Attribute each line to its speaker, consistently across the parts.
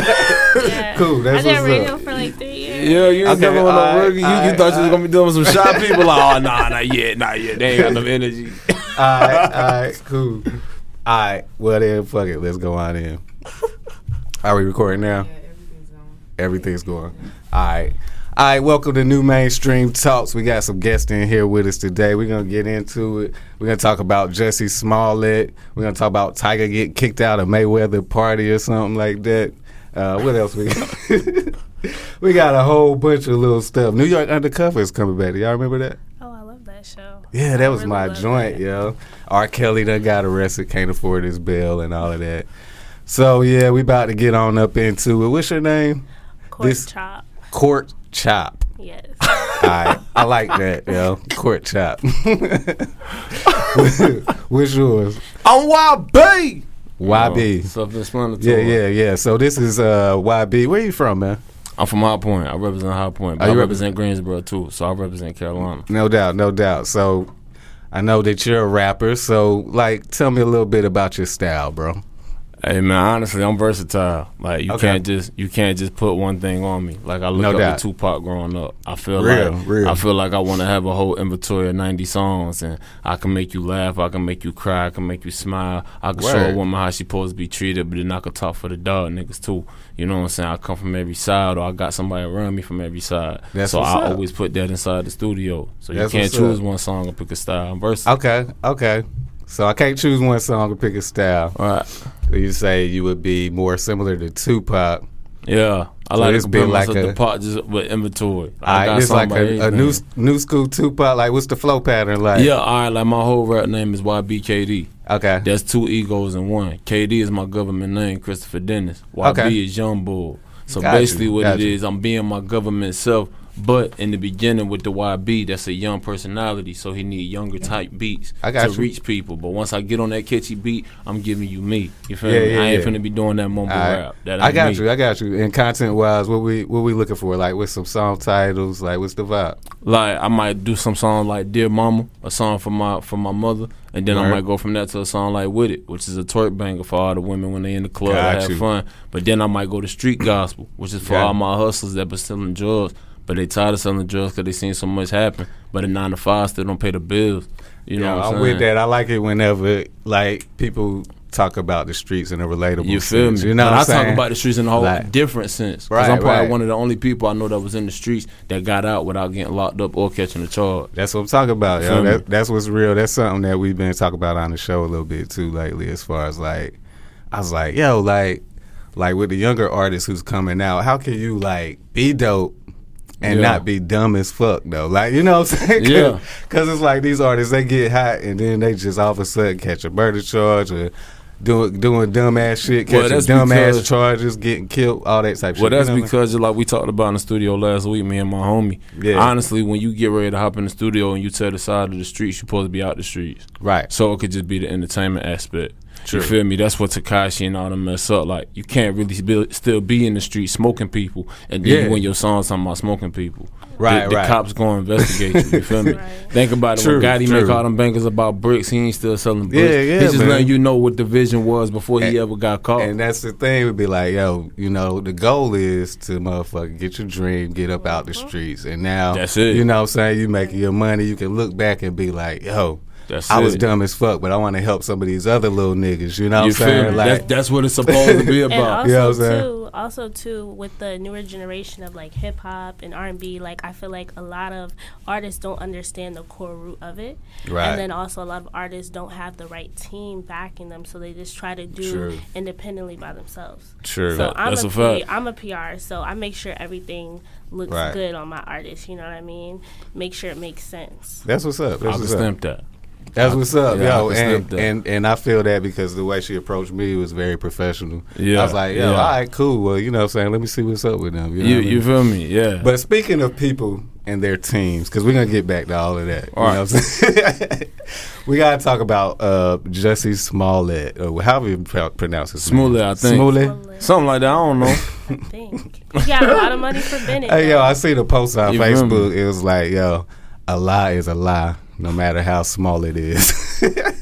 Speaker 1: Yeah.
Speaker 2: Cool,
Speaker 1: I
Speaker 2: that's
Speaker 1: did
Speaker 2: what's
Speaker 1: radio
Speaker 2: up.
Speaker 1: for like three years.
Speaker 3: Yeah, you ain't
Speaker 2: Okay,
Speaker 3: never on
Speaker 2: alright,
Speaker 3: no rookie. You, you
Speaker 2: alright,
Speaker 3: thought you was
Speaker 2: alright.
Speaker 3: gonna be doing some shot people. Like, oh nah, not yet, not yet. They ain't got enough energy.
Speaker 2: all right, all right, cool. All right, well then, fuck it, let's go on in. Are we recording now? Everything's going. All right. All right, welcome to New Mainstream Talks. We got some guests in here with us today. We're going to get into it. We're going to talk about Jesse Smollett. We're going to talk about Tiger get kicked out of Mayweather party or something like that. Uh, what else we got? we got a whole bunch of little stuff. New York Undercover is coming back. Do y'all remember that?
Speaker 1: Oh, I love that show.
Speaker 2: Yeah, that was
Speaker 1: really
Speaker 2: my
Speaker 1: love
Speaker 2: joint,
Speaker 1: that.
Speaker 2: yo. R. Kelly done got arrested, can't afford his bail and all of that. So, yeah, we about to get on up into it. What's your name?
Speaker 1: Court
Speaker 2: This-
Speaker 1: chop.
Speaker 2: Court Chop.
Speaker 1: Yes.
Speaker 2: I I like that, yo. Court chop. Which yours?
Speaker 3: I'm YB. Oh,
Speaker 2: YB. Yeah,
Speaker 3: Self-explanatory.
Speaker 2: yeah, yeah. So this is uh YB. Where you from, man?
Speaker 3: I'm from High Point. I represent High Point. But
Speaker 2: Oh,
Speaker 3: I
Speaker 2: you rep-
Speaker 3: represent Greensboro too, so I represent Carolina.
Speaker 2: No doubt, no doubt. So I know that you're a rapper. So like, tell me a little bit about your style, bro.
Speaker 3: Hey man, honestly, I'm versatile. Like you
Speaker 2: Okay.
Speaker 3: can't just you can't just put one thing on me. Like I look
Speaker 2: No
Speaker 3: up
Speaker 2: doubt.
Speaker 3: to Tupac growing up. I feel
Speaker 2: Real,
Speaker 3: like
Speaker 2: real.
Speaker 3: I feel like I want to have a whole inventory of 90 songs, and I can make you laugh, I can make you cry, I can make you smile. I can show
Speaker 2: Word.
Speaker 3: a woman how she supposed to be treated, but then I can talk for the dog niggas too. You know what I'm saying? I come from every side, or I got somebody around me from every side.
Speaker 2: That's
Speaker 3: so
Speaker 2: what's
Speaker 3: I
Speaker 2: up.
Speaker 3: always put that inside the studio. So
Speaker 2: That's
Speaker 3: you can't
Speaker 2: what's
Speaker 3: choose
Speaker 2: up.
Speaker 3: one song and pick a style. I'm versatile.
Speaker 2: Okay, okay. So I can't choose one song to pick a style.
Speaker 3: All right.
Speaker 2: So you say you would be more similar to Tupac.
Speaker 3: Yeah, I
Speaker 2: So
Speaker 3: like
Speaker 2: it's
Speaker 3: to
Speaker 2: been
Speaker 3: build
Speaker 2: like
Speaker 3: myself like
Speaker 2: a-
Speaker 3: the pot just with inventory.
Speaker 2: I
Speaker 3: got
Speaker 2: it's like
Speaker 3: somebody,
Speaker 2: a, a
Speaker 3: man.
Speaker 2: new new school Tupac. Like, what's the flow pattern like?
Speaker 3: Yeah, all right. Like my whole rap name is YBKD.
Speaker 2: Okay.
Speaker 3: That's two egos in one. KD is my government name, Christopher Dennis. YB
Speaker 2: Okay.
Speaker 3: is Young Bull. So
Speaker 2: Got you,
Speaker 3: basically, what
Speaker 2: got
Speaker 3: it
Speaker 2: you.
Speaker 3: is, I'm being my government self. But in the beginning with the YB, that's a young personality, so he need younger type beats
Speaker 2: I got
Speaker 3: to
Speaker 2: you.
Speaker 3: reach people. But once I get on that catchy beat, I'm giving you me. You feel
Speaker 2: Yeah,
Speaker 3: me?
Speaker 2: yeah,
Speaker 3: I ain't
Speaker 2: yeah.
Speaker 3: finna be doing that mumble
Speaker 2: All right.
Speaker 3: rap. That
Speaker 2: I
Speaker 3: ain't
Speaker 2: got
Speaker 3: me.
Speaker 2: you. I got you. And content wise, what we what we looking for? Like, with some song titles? Like, what's the vibe?
Speaker 3: Like I might do some song like "Dear Mama," a song for my for my mother, and then
Speaker 2: Word.
Speaker 3: I might go from that to a song like "With It," which is a twerk banger for all the women when they in the club
Speaker 2: Got
Speaker 3: to have
Speaker 2: you.
Speaker 3: fun. But then I might go to street gospel, which is for
Speaker 2: Got
Speaker 3: all
Speaker 2: it.
Speaker 3: my hustlers that been selling drugs, but they tired of selling drugs because they seen so much happen. But a nine to five still don't pay the bills. You know,
Speaker 2: Yeah,
Speaker 3: what I'm,
Speaker 2: I'm
Speaker 3: saying?
Speaker 2: with that. I like it whenever like people talk about the streets in a relatable.
Speaker 3: You feel
Speaker 2: sense.
Speaker 3: me?
Speaker 2: You know
Speaker 3: But
Speaker 2: what
Speaker 3: I
Speaker 2: I'm saying?
Speaker 3: talk about the streets in a whole
Speaker 2: Like-
Speaker 3: different sense. Because
Speaker 2: Right,
Speaker 3: I'm probably
Speaker 2: right.
Speaker 3: one of the only people I know that was in the streets that got out without getting locked up or catching a charge.
Speaker 2: That's what I'm talking about. Yo.
Speaker 3: Feel me?
Speaker 2: That, that's what's real. That's something that we've been talking about on the show a little bit too lately. As far as like, I was like, yo, like, like with the younger artists who's coming out, how can you like be dope and
Speaker 3: Yeah.
Speaker 2: not be dumb as fuck though? Like, you know what I'm saying?
Speaker 3: Yeah.
Speaker 2: Because it's like these artists they get hot and then they just all of a sudden catch a murder charge or. Doing, doing dumb ass shit,
Speaker 3: Well,
Speaker 2: catching
Speaker 3: that's
Speaker 2: dumb ass
Speaker 3: because-
Speaker 2: charges, getting killed, all that type
Speaker 3: Well,
Speaker 2: shit. you
Speaker 3: that's
Speaker 2: know what I mean?
Speaker 3: because just like we talked about in the studio last week, me and my homie.
Speaker 2: Yeah.
Speaker 3: Honestly, when you get ready to hop in the studio and you tell the side of the streets, you're supposed to be out the streets.
Speaker 2: right,
Speaker 3: So it could just be the entertainment aspect.
Speaker 2: True.
Speaker 3: You feel me? That's what Takashi and all them mess up. Like you can't really be, still be in the street smoking people, and then
Speaker 2: Yeah.
Speaker 3: you in your songs talking about smoking people.
Speaker 2: Right,
Speaker 3: the, the
Speaker 2: right.
Speaker 3: cops gonna investigate you. You feel me?
Speaker 1: Right.
Speaker 3: Think about it.
Speaker 2: True,
Speaker 3: when Gotti
Speaker 2: true.
Speaker 3: make all them bangers about bricks, he ain't still selling bricks.
Speaker 2: Yeah, yeah,
Speaker 3: He's just
Speaker 2: man.
Speaker 3: letting you know what the vision was before he
Speaker 2: And-
Speaker 3: ever got caught.
Speaker 1: Oh.
Speaker 2: And that's the thing would be like, yo, you know, the goal is to motherfucker get your dream, get up out the
Speaker 1: Mm-hmm.
Speaker 2: streets. And now
Speaker 3: That's it.
Speaker 2: You know what I'm saying? You making your money, you can look back and be like, yo,
Speaker 3: That's
Speaker 2: I was
Speaker 3: it.
Speaker 2: dumb as fuck, but I want to help some of these other little niggas. You know
Speaker 3: you
Speaker 2: what I'm
Speaker 3: feel me?
Speaker 2: saying? Like
Speaker 3: that's, that's what it's supposed to be
Speaker 1: And
Speaker 3: about.
Speaker 2: You know
Speaker 1: also
Speaker 2: what I'm saying?
Speaker 1: too, also too, with the newer generation of like hip hop and R and B, like I feel like a lot of artists don't understand the core root of it,
Speaker 2: Right.
Speaker 1: and then also a lot of artists don't have the right team backing them, so they just try to do
Speaker 2: True.
Speaker 1: independently by themselves.
Speaker 2: True.
Speaker 1: So I'm
Speaker 3: that's
Speaker 1: a,
Speaker 3: a
Speaker 1: P-
Speaker 3: fact.
Speaker 1: I'm a PR, so I make sure everything looks
Speaker 2: Right.
Speaker 1: good on my artist. You know what I mean? Make sure it makes sense.
Speaker 2: that's what's up.
Speaker 3: I
Speaker 2: That's
Speaker 3: can
Speaker 2: what's up.
Speaker 3: stamp that.
Speaker 2: That's what's up,
Speaker 3: Yeah, I
Speaker 2: yo. And,
Speaker 3: can stamp that.
Speaker 2: and and I feel that because the way she approached me was very professional.
Speaker 3: Yeah,
Speaker 2: I was like, yo,
Speaker 3: yeah.
Speaker 2: all right, cool. Well, you know what I'm saying? Let me see what's up with them. You know
Speaker 3: You,
Speaker 2: what I mean?
Speaker 3: you feel me? Yeah.
Speaker 2: But speaking of people and their teams, because we're gonna get back to all of that. you
Speaker 3: All
Speaker 2: know what I'm saying? we gotta talk about uh, Jesse Smollett, or however you pro- pronounce his name.
Speaker 3: Smollett, I think.
Speaker 2: Smollett.
Speaker 3: Something like that. I don't know.
Speaker 1: I think. He got a lot of money for Bennett.
Speaker 2: Hey yo,
Speaker 1: though.
Speaker 2: I see the post on
Speaker 3: You
Speaker 2: Facebook.
Speaker 3: remember.
Speaker 2: It was like, yo, a lie is a lie, no matter how small it is.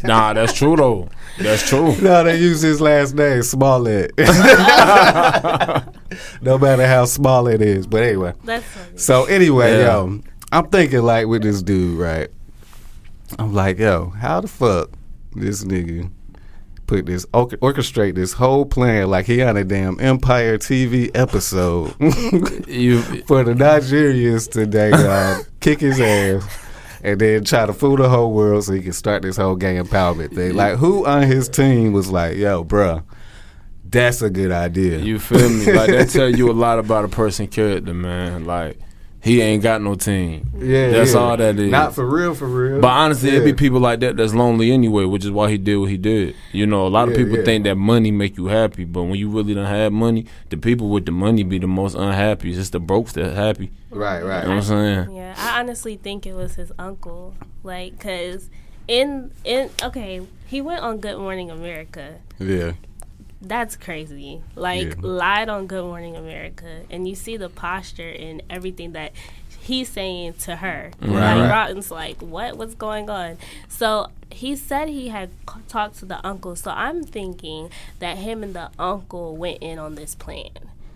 Speaker 3: Nah, that's true though. That's true.
Speaker 2: No, they use his last name, Smollett. no matter how small it is. But anyway.
Speaker 1: That's funny.
Speaker 2: So anyway,
Speaker 3: Yeah.
Speaker 2: yo, I'm thinking like with this dude, right? I'm like, yo, how the fuck this nigga put this orch- orchestrate this whole plan like he on a damn Empire TV episode
Speaker 3: You
Speaker 2: for the Nigerians today, dog, kick his ass. And then try to fool the whole world so he can start this whole gay empowerment thing. Like, who on his team was like, "Yo, bruh, that's a good idea."
Speaker 3: you feel me? Like that tell you a lot about a person character, man. Like he ain't got no team.
Speaker 2: yeah,
Speaker 3: That's
Speaker 2: yeah.
Speaker 3: all that is.
Speaker 2: Not for real, for real.
Speaker 3: But honestly,
Speaker 2: Yeah.
Speaker 3: it be people like that that's lonely anyway, which is why he did what he did. You know, a lot of
Speaker 2: Yeah,
Speaker 3: people
Speaker 2: yeah.
Speaker 3: think that money make you happy, but when you really don't have money, the people with the money be the most unhappy. It's the brokes that happy.
Speaker 2: right, right.
Speaker 3: You know what I'm saying?
Speaker 1: Yeah, I honestly think it was his uncle, like, cause in in okay, he went on Good Morning America.
Speaker 2: Yeah.
Speaker 1: That's crazy. Like
Speaker 2: Yeah.
Speaker 1: lied on Good Morning America, and you see the posture and everything that he's saying to her.
Speaker 2: Right,
Speaker 1: like
Speaker 2: right.
Speaker 1: Rotten's like, what? What's going on? So he said he had c- talked to the uncle. So I'm thinking that him and the uncle went in on this plan.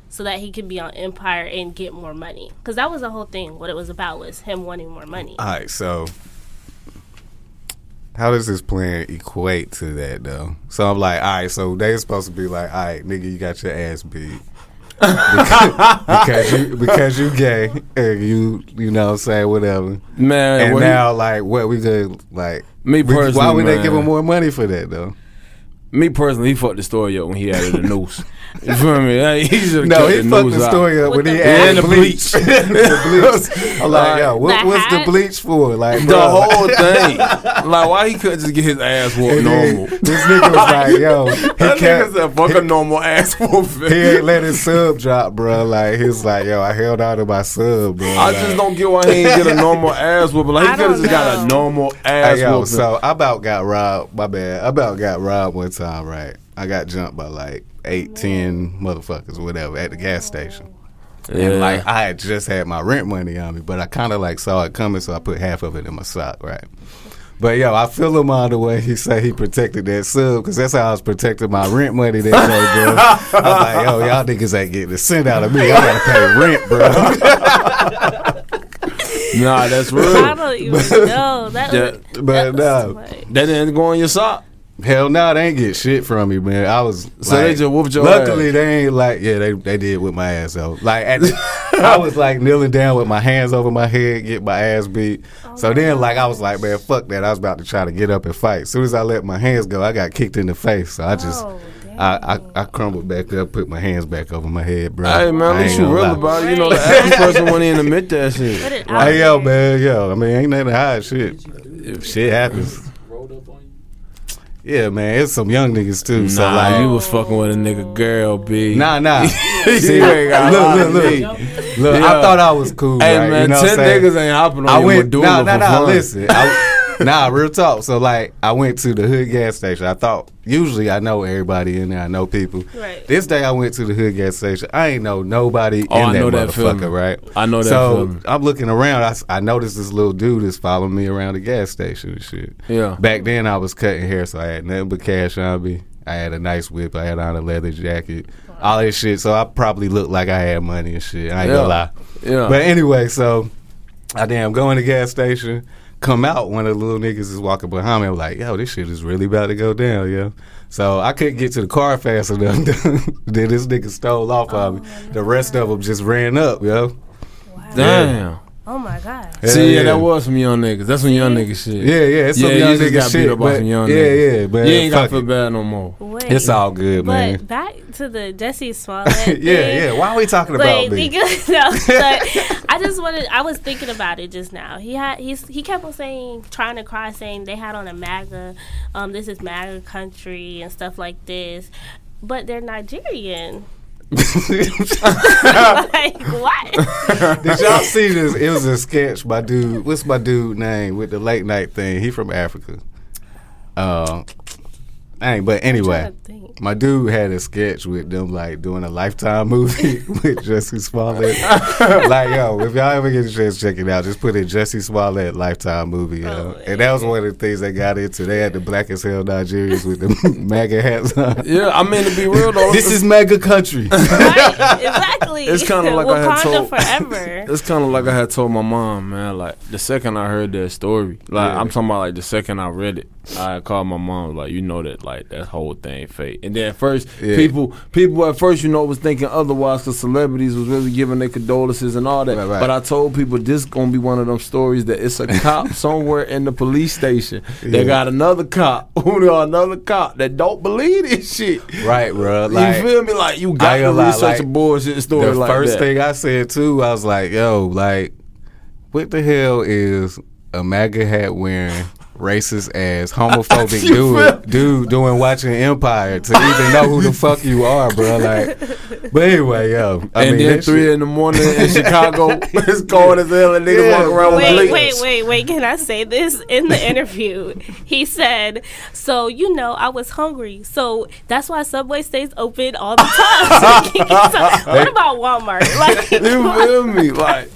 Speaker 1: So that he could be on Empire and get more money, because that was the whole thing. What it was about was him wanting more money.
Speaker 2: All right, so how does this plan equate to that though? So I'm like, all right, so they're supposed to be like, all right, nigga, you got your ass beat because, because you because you gay and you you know what I'm saying whatever.
Speaker 3: Man,
Speaker 2: And
Speaker 3: what he-
Speaker 2: now like what we could like
Speaker 3: me
Speaker 2: we-
Speaker 3: personally,
Speaker 2: why would
Speaker 3: man,
Speaker 2: they give him more money for that though?
Speaker 3: Me personally, he fucked the story up when he added the noose. you feel me? Like, He should
Speaker 2: No, he
Speaker 3: the
Speaker 2: fucked
Speaker 3: noose
Speaker 2: the
Speaker 3: out.
Speaker 2: story up when
Speaker 1: With
Speaker 2: he
Speaker 1: the
Speaker 2: added
Speaker 3: And the
Speaker 2: bleach.
Speaker 3: bleach.
Speaker 2: the bleach. I'm like,
Speaker 3: Like,
Speaker 2: yo, what
Speaker 1: the
Speaker 2: was the
Speaker 1: hat?
Speaker 2: bleach for? Like,
Speaker 3: The
Speaker 2: bruh,
Speaker 3: whole thing. like, why he couldn't just get his ass whooped
Speaker 2: and then
Speaker 3: normal?
Speaker 2: This nigga was like, yo, he
Speaker 3: That
Speaker 2: kept-
Speaker 3: nigga said, fuck a normal ass whooping.
Speaker 2: he ain't let his sub drop, bro. Like he's like, yo, I held on to my sub, bro.
Speaker 3: I just don't get why he ain't get a normal ass whooping. Like, he
Speaker 1: I
Speaker 3: could have just
Speaker 1: don't
Speaker 3: got a
Speaker 1: know.
Speaker 3: normal ass
Speaker 2: Hey, yo,
Speaker 3: whooping.
Speaker 2: so I about got robbed. My bad. I about got robbed one time. Right, I got jumped by like eight, ten motherfuckers, whatever, at the gas station. And like I had just had my rent money on me, but I kind of like saw it coming, so I put half of it in my sock. Right. But yo, I feel him all the way. He said he protected that sub because that's how I was protecting my rent money that day, bro. I was like, yo, y'all niggas ain't getting a cent out of me. I gotta pay rent, bro.
Speaker 3: nah, that's
Speaker 1: I
Speaker 3: real.
Speaker 1: don't even know. That
Speaker 3: Yeah,
Speaker 1: was,
Speaker 2: but
Speaker 1: that was
Speaker 2: no.
Speaker 1: smart.
Speaker 3: That didn't go in your sock.
Speaker 2: Hell no, they ain't get shit from me, man. I was
Speaker 3: So
Speaker 2: like-
Speaker 3: they just whooped your
Speaker 2: Luckily,
Speaker 3: ass.
Speaker 2: they ain't like yeah, they they did with my ass though. Like at the, I was like kneeling down with my hands over my head, get my ass beat.
Speaker 1: Oh
Speaker 2: so then like I was like, man, fuck that. I was about to try to get up and fight. As soon as I let my hands go, I got kicked in the face. So I just
Speaker 1: Oh, dang.
Speaker 2: I, I I crumbled back up, put my hands back over my head, bro.
Speaker 3: Hey, man,
Speaker 2: I
Speaker 3: at
Speaker 2: ain't
Speaker 3: least you
Speaker 2: gonna
Speaker 3: real
Speaker 2: lie.
Speaker 3: about it. You know, the average person wouldn't even admit that shit.
Speaker 1: Put it out
Speaker 2: Hey yo,
Speaker 1: there.
Speaker 2: man, yo. I mean, ain't nothing to hide. Shit, if shit happens. Yeah, man, it's some young niggas too. so
Speaker 3: nah,
Speaker 2: like,
Speaker 3: you was fucking with a nigga girl, B.
Speaker 2: Nah, nah. See,
Speaker 3: You ain't got
Speaker 2: look,
Speaker 3: a
Speaker 2: look, look,
Speaker 3: lot of
Speaker 2: look.
Speaker 3: Yeah.
Speaker 2: I thought I was cool.
Speaker 3: Hey,
Speaker 2: right?
Speaker 3: man,
Speaker 2: you know what
Speaker 3: 10
Speaker 2: I'm saying?
Speaker 3: niggas ain't hopping on
Speaker 2: I
Speaker 3: your
Speaker 2: went. Nah,
Speaker 3: Medulla
Speaker 2: nah,
Speaker 3: for
Speaker 2: nah.
Speaker 3: fun.
Speaker 2: Listen, I, nah. Real talk. So like, I went to the hood gas station. I thought usually I know everybody in there. I know people.
Speaker 1: Right.
Speaker 2: This day I went to the hood gas station. I ain't know nobody
Speaker 3: Oh,
Speaker 2: in
Speaker 3: I
Speaker 2: that
Speaker 3: know that
Speaker 2: motherfucker.
Speaker 3: feeling.
Speaker 2: Right.
Speaker 3: I know that
Speaker 2: So
Speaker 3: feeling.
Speaker 2: I'm looking around. I, s- I noticed this little dude is following me around the gas station and shit.
Speaker 3: Yeah.
Speaker 2: Back then I was cutting hair, so I had nothing but cash on me. I had a nice whip. I had on a leather jacket, all that shit. So I probably looked like I had money and shit. I ain't
Speaker 3: Yeah.
Speaker 2: gonna lie.
Speaker 3: Yeah.
Speaker 2: But anyway, so I damn go in the gas station, come out, one of the little niggas is walking behind me. I'm like, yo, this shit is really about to go down, yo. So I couldn't get to the car fast enough. then this nigga stole off of me. The rest of them just ran up, yo.
Speaker 3: Damn.
Speaker 1: Oh my god.
Speaker 2: Hell
Speaker 3: See, yeah, that was some young niggas. That's some young nigga shit.
Speaker 2: Yeah, yeah, it's some
Speaker 3: Yeah, you
Speaker 2: young
Speaker 3: just
Speaker 2: nigga
Speaker 3: got beat
Speaker 2: shit,
Speaker 3: up by
Speaker 2: but-
Speaker 3: some young
Speaker 2: yeah,
Speaker 3: niggas.
Speaker 2: yeah, but
Speaker 3: you ain't got to
Speaker 2: fuck
Speaker 3: feel
Speaker 2: it.
Speaker 3: bad no more.
Speaker 1: Wait.
Speaker 2: It's all good,
Speaker 1: But
Speaker 2: man.
Speaker 1: back to the Jesse
Speaker 2: yeah,
Speaker 1: Smollett. thing.
Speaker 2: yeah. Why are we talking about
Speaker 1: Wait,
Speaker 2: me?
Speaker 1: because no, but I just wanted. I was thinking about it just now. He had. He's. He kept on saying, trying to cry, saying they had on a MAGA. Um, this is MAGA country and stuff like this. But they're Nigerian. like what?
Speaker 2: Did y'all see this? It was a sketch by dude. What's my dude name with the late night thing? He from Africa. Uh, Dang, but anyway,
Speaker 1: trying to think.
Speaker 2: my dude had a sketch with them like doing a lifetime movie with Jesse Smollett. like, yo, if y'all ever get a chance to check it out, just put in Jesse Smollett lifetime movie, yo. and that was one of the things they got into. They had the black as hell Nigerians with the MAGA hats on.
Speaker 3: Yeah, I mean to be real though,
Speaker 2: This is MAGA country.
Speaker 1: right? Exactly.
Speaker 3: It's kinda like I had
Speaker 1: Wakanda
Speaker 3: told-
Speaker 1: forever.
Speaker 3: It's kind of like I had told my mom, man. Like the second I heard that story, like
Speaker 2: Yeah.
Speaker 3: I'm talking about, like the second I read it, I called my mom, like you know that, like that whole thing fake. And then at first,
Speaker 2: Yeah.
Speaker 3: people, people at first, you know, was thinking otherwise because celebrities was really giving their condolences and all that.
Speaker 2: Right, right.
Speaker 3: But I told people this gonna be one of them stories that it's a cop somewhere in the police station.
Speaker 2: Yeah.
Speaker 3: They got another cop who know another cop that don't believe this shit.
Speaker 2: right, bro. Like,
Speaker 3: you feel me? Like you
Speaker 2: I
Speaker 3: got
Speaker 2: ain't
Speaker 3: to
Speaker 2: gonna lie,
Speaker 3: research a
Speaker 2: like,
Speaker 3: bullshit story
Speaker 2: the
Speaker 3: like
Speaker 2: first
Speaker 3: that.
Speaker 2: thing I said too, I was like, "Yo, like, what the hell is a MAGA hat wearing?" Racist ass homophobic
Speaker 3: You feel-
Speaker 2: dude, dude doing watching Empire to even know who the fuck you are, bro. Like, but anyway, yo, I
Speaker 3: and
Speaker 2: mean,
Speaker 3: then
Speaker 2: that
Speaker 3: three
Speaker 2: shit-
Speaker 3: in the morning in Chicago, it's cold as hell, and niggas
Speaker 2: Yeah.
Speaker 3: walk around with
Speaker 1: Wait, wait,
Speaker 3: blinkers.
Speaker 1: wait, wait. Can I say this? In the interview, he said, So, you know, I was hungry. So that's why Subway stays open all the time. so, what about Walmart? Like,
Speaker 3: You feel me? Like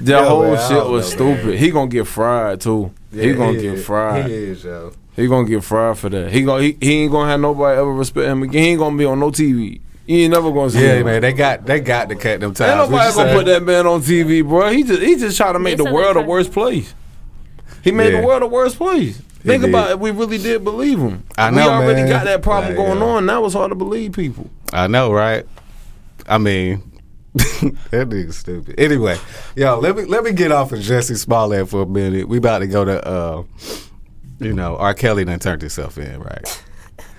Speaker 3: the
Speaker 2: Yo,
Speaker 3: whole
Speaker 2: man, I
Speaker 3: shit
Speaker 2: don't
Speaker 3: was
Speaker 2: know, man.
Speaker 3: stupid. He gonna get fried too. he
Speaker 2: Yeah,
Speaker 3: gonna
Speaker 2: he
Speaker 3: get
Speaker 2: is.
Speaker 3: fried.
Speaker 2: He is, yo.
Speaker 3: He gonna get fried for that. He gonna he, he ain't gonna have nobody ever respect him again. He ain't gonna be on no TV. He ain't never gonna see
Speaker 2: Yeah,
Speaker 3: him.
Speaker 2: man, they got they got to cut them
Speaker 3: Ain't
Speaker 2: times. What
Speaker 3: nobody
Speaker 2: you
Speaker 3: gonna
Speaker 2: say?
Speaker 3: put that man on TV, bro. He just he just trying to make
Speaker 1: They
Speaker 3: the
Speaker 1: said
Speaker 3: world
Speaker 1: they
Speaker 3: a worse place. He made
Speaker 2: Yeah.
Speaker 3: the world a worse place.
Speaker 2: He
Speaker 3: Think
Speaker 2: did.
Speaker 3: about it. We really did believe him.
Speaker 2: I
Speaker 3: We
Speaker 2: know,
Speaker 3: already
Speaker 2: man.
Speaker 3: got that
Speaker 2: Like,
Speaker 3: problem going
Speaker 2: uh,
Speaker 3: on. Now it's hard to believe people.
Speaker 2: I know, right? I mean, that nigga's stupid. Anyway, yo, let me let me get off of Jesse Smollett for a minute. We about to go to, uh, you know, R. Kelly done turned himself in, right?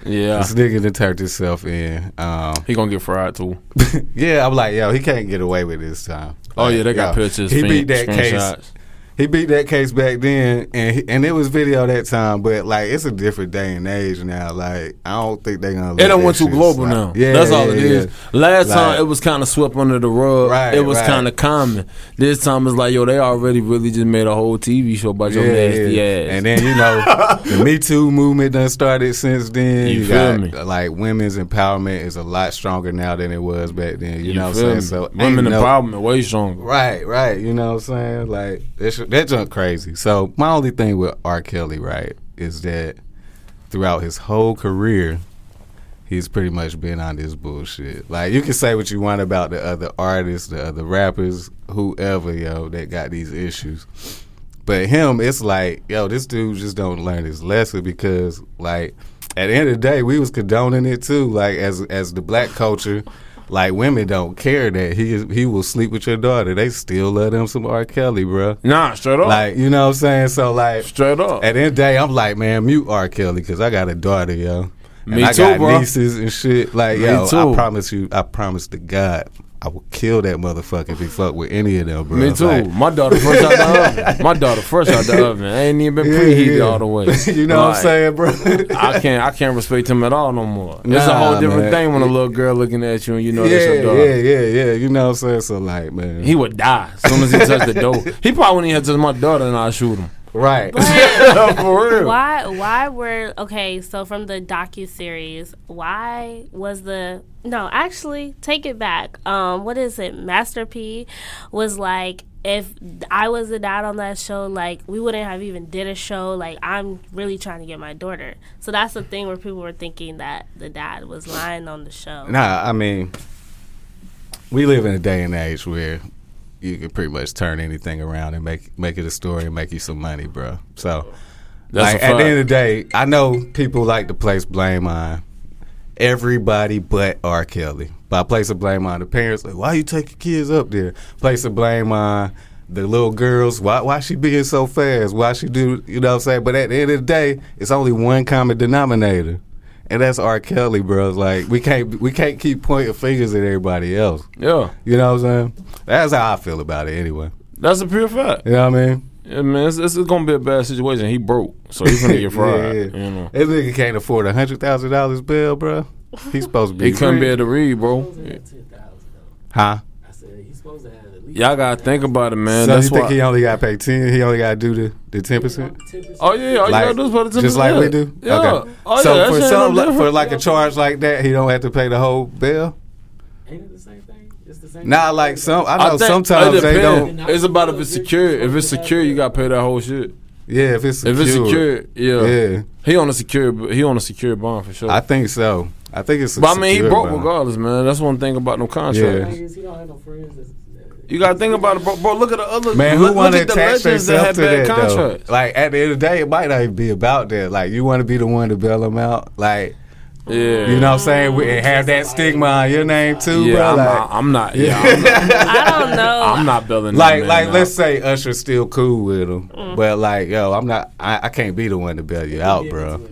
Speaker 3: Yeah,
Speaker 2: This nigga done turned himself in. Um,
Speaker 3: he gonna get fried too.
Speaker 2: yeah, I'm like, yo, he can't get away with this time.
Speaker 3: Oh
Speaker 2: Like,
Speaker 3: yeah, they got
Speaker 2: yo,
Speaker 3: pictures.
Speaker 2: He
Speaker 3: screen-
Speaker 2: beat that case.
Speaker 3: screenshots.
Speaker 2: He beat that case back then, and he, and it was video that time. But like, it's a different day and age now. Like, I don't think they gonna. let
Speaker 3: It done
Speaker 2: that
Speaker 3: went too
Speaker 2: shit
Speaker 3: global
Speaker 2: slide.
Speaker 3: now.
Speaker 2: Yeah,
Speaker 3: that's all
Speaker 2: yeah,
Speaker 3: it
Speaker 2: yeah.
Speaker 3: is. Last
Speaker 2: Like-
Speaker 3: time it was kind of swept under the rug.
Speaker 2: Right,
Speaker 3: it was
Speaker 2: right.
Speaker 3: kind of common. This time it's like, yo, they already really just made a whole TV show about your nasty ass.
Speaker 2: And then you know the Me Too movement done started since then.
Speaker 3: You feel me?
Speaker 2: Like women's empowerment is a lot stronger now than it was back then. You, know what
Speaker 3: feel
Speaker 2: I'm saying?
Speaker 3: me?
Speaker 2: So
Speaker 3: women
Speaker 2: ain't no-
Speaker 3: empowerment way stronger.
Speaker 2: Right, right. You know what I'm saying? Like that sh- that junk crazy. So my only thing with R. Kelly, right, is that throughout his whole career, he's pretty much been on this bullshit. Like you can say what you want about the other artists, the other rappers, whoever, yo, that got these issues. But him, it's like, yo, this dude just don't learn his lesson because, like, at the end of the day, we was condoning it too. Like, as as the black culture, like women don't care that he is, he will sleep with your daughter. They still love them some R. Kelly, bruh.
Speaker 3: Nah, straight up.
Speaker 2: Like, you know what I'm saying? So, like,
Speaker 3: straight up.
Speaker 2: at the end of the day, I'm like, man, mute R. Kelly because I got a daughter, yo. And
Speaker 3: Me
Speaker 2: I
Speaker 3: too,
Speaker 2: got
Speaker 3: bro.
Speaker 2: nieces and shit. Like,
Speaker 3: Me
Speaker 2: yo, I
Speaker 3: too.
Speaker 2: promise you, I promise to God, I will kill that motherfucker if he fuck with any of them, bro.
Speaker 3: Me too.
Speaker 2: Like,
Speaker 3: my daughter fresh out the oven. My daughter fresh out the oven. I ain't even been
Speaker 2: yeah,
Speaker 3: preheated
Speaker 2: yeah.
Speaker 3: all the way.
Speaker 2: you know
Speaker 3: Like,
Speaker 2: what I'm saying, bro?
Speaker 3: I can't. I can't respect him at all no more. it's a
Speaker 2: Nah,
Speaker 3: whole different
Speaker 2: man.
Speaker 3: thing when a little girl looking at you and you know that's
Speaker 2: yeah,
Speaker 3: your daughter.
Speaker 2: yeah, yeah, yeah. You know what I'm saying? So like, man,
Speaker 3: He would die as soon as he touched the door. He probably wouldn't even touch my daughter and I'll shoot him.
Speaker 2: right?
Speaker 1: But-
Speaker 3: For real.
Speaker 1: why why were okay so from the docu series why was the no actually take it back um what is it master p was like if i was the dad on that show like we wouldn't have even did a show like i'm really trying to get my daughter so that's the thing where people were thinking that the dad was lying on the show
Speaker 2: Nah, I mean, we live in a day and age where you can pretty much turn anything around and make make it a story and make you some money, bro. So
Speaker 3: That's
Speaker 2: like,
Speaker 3: a
Speaker 2: at
Speaker 3: fact.
Speaker 2: the end of the day, I know people like to place blame on everybody but R. Kelly. But I place the blame on the parents. Like, why you take your kids up there? Place the blame on the little girls. Why why she being so fast? Why she do you know what I'm saying? But at the end of the day, it's only one common denominator. And that's R. Kelly, bro. Like we can't we can't keep pointing fingers at everybody else.
Speaker 3: yeah.
Speaker 2: You know what I'm saying? That's how I feel about it anyway.
Speaker 3: That's a pure fact.
Speaker 2: You know what I mean?
Speaker 3: Yeah, man, it's, it's gonna be a bad situation. He broke, so he's gonna get fried.
Speaker 2: Yeah,
Speaker 3: You know.
Speaker 2: This nigga can't afford a hundred thousand dollars bill, bro. He's supposed to be.
Speaker 3: He couldn't
Speaker 2: free.
Speaker 3: be able to read, bro.
Speaker 2: Huh?
Speaker 4: said he's supposed to have at least.
Speaker 3: Y'all gotta think about it, man.
Speaker 2: so
Speaker 3: That's
Speaker 2: you think
Speaker 3: why.
Speaker 2: he only got paid ten? He only got to do the the ten percent.
Speaker 3: oh yeah, all
Speaker 2: Like-
Speaker 3: you gotta do is put it to
Speaker 2: Just
Speaker 3: the
Speaker 2: like we
Speaker 3: lid.
Speaker 2: do.
Speaker 3: Yeah.
Speaker 2: Okay.
Speaker 3: Oh
Speaker 2: so
Speaker 3: yeah.
Speaker 2: for
Speaker 3: that shit
Speaker 2: some
Speaker 3: ain't no
Speaker 2: like, for
Speaker 3: different.
Speaker 2: like a charge like that, he don't have to pay the whole bill.
Speaker 4: Ain't it the same thing? It's the same.
Speaker 2: Nah,
Speaker 4: thing.
Speaker 2: like some I
Speaker 3: I
Speaker 2: know
Speaker 3: think
Speaker 2: sometimes
Speaker 3: it
Speaker 2: they
Speaker 3: depends.
Speaker 2: don't.
Speaker 3: It's about if it's secure. If it's secure, you gotta pay that whole shit.
Speaker 2: Yeah, if it's secure.
Speaker 3: If it's secure, yeah.
Speaker 2: yeah,
Speaker 3: He on a secure. He on a secure bond for sure.
Speaker 2: I think so. I think it's. a
Speaker 3: but I mean, he
Speaker 2: secure
Speaker 3: broke
Speaker 2: bond.
Speaker 3: regardless, man. That's one thing about no
Speaker 4: The
Speaker 3: contract.
Speaker 4: thing is, he don't have no friends. That's,
Speaker 3: You gotta think about it, bro. bro look at the other
Speaker 2: Man, who
Speaker 3: look,
Speaker 2: want
Speaker 3: look
Speaker 2: to
Speaker 3: at the
Speaker 2: attach
Speaker 3: legends
Speaker 2: themselves
Speaker 3: that had
Speaker 2: to
Speaker 3: bad
Speaker 2: that
Speaker 3: contracts.
Speaker 2: though? Like at the end of the day, it might not even be about that. Like you want to be the one to bail them out. Like
Speaker 3: yeah,
Speaker 2: you know, what I'm saying, We- and have that stigma on your name too,
Speaker 3: Yeah,
Speaker 2: bro.
Speaker 3: I'm,
Speaker 2: like,
Speaker 3: not, I'm not. Yeah, I'm not,
Speaker 1: I don't know.
Speaker 3: I'm not building.
Speaker 2: like,
Speaker 3: that man
Speaker 2: like
Speaker 3: out.
Speaker 2: let's say Usher's still cool with him,
Speaker 1: Mm.
Speaker 2: but like, yo, I'm not. I, I can't be the one to bail you out, bro.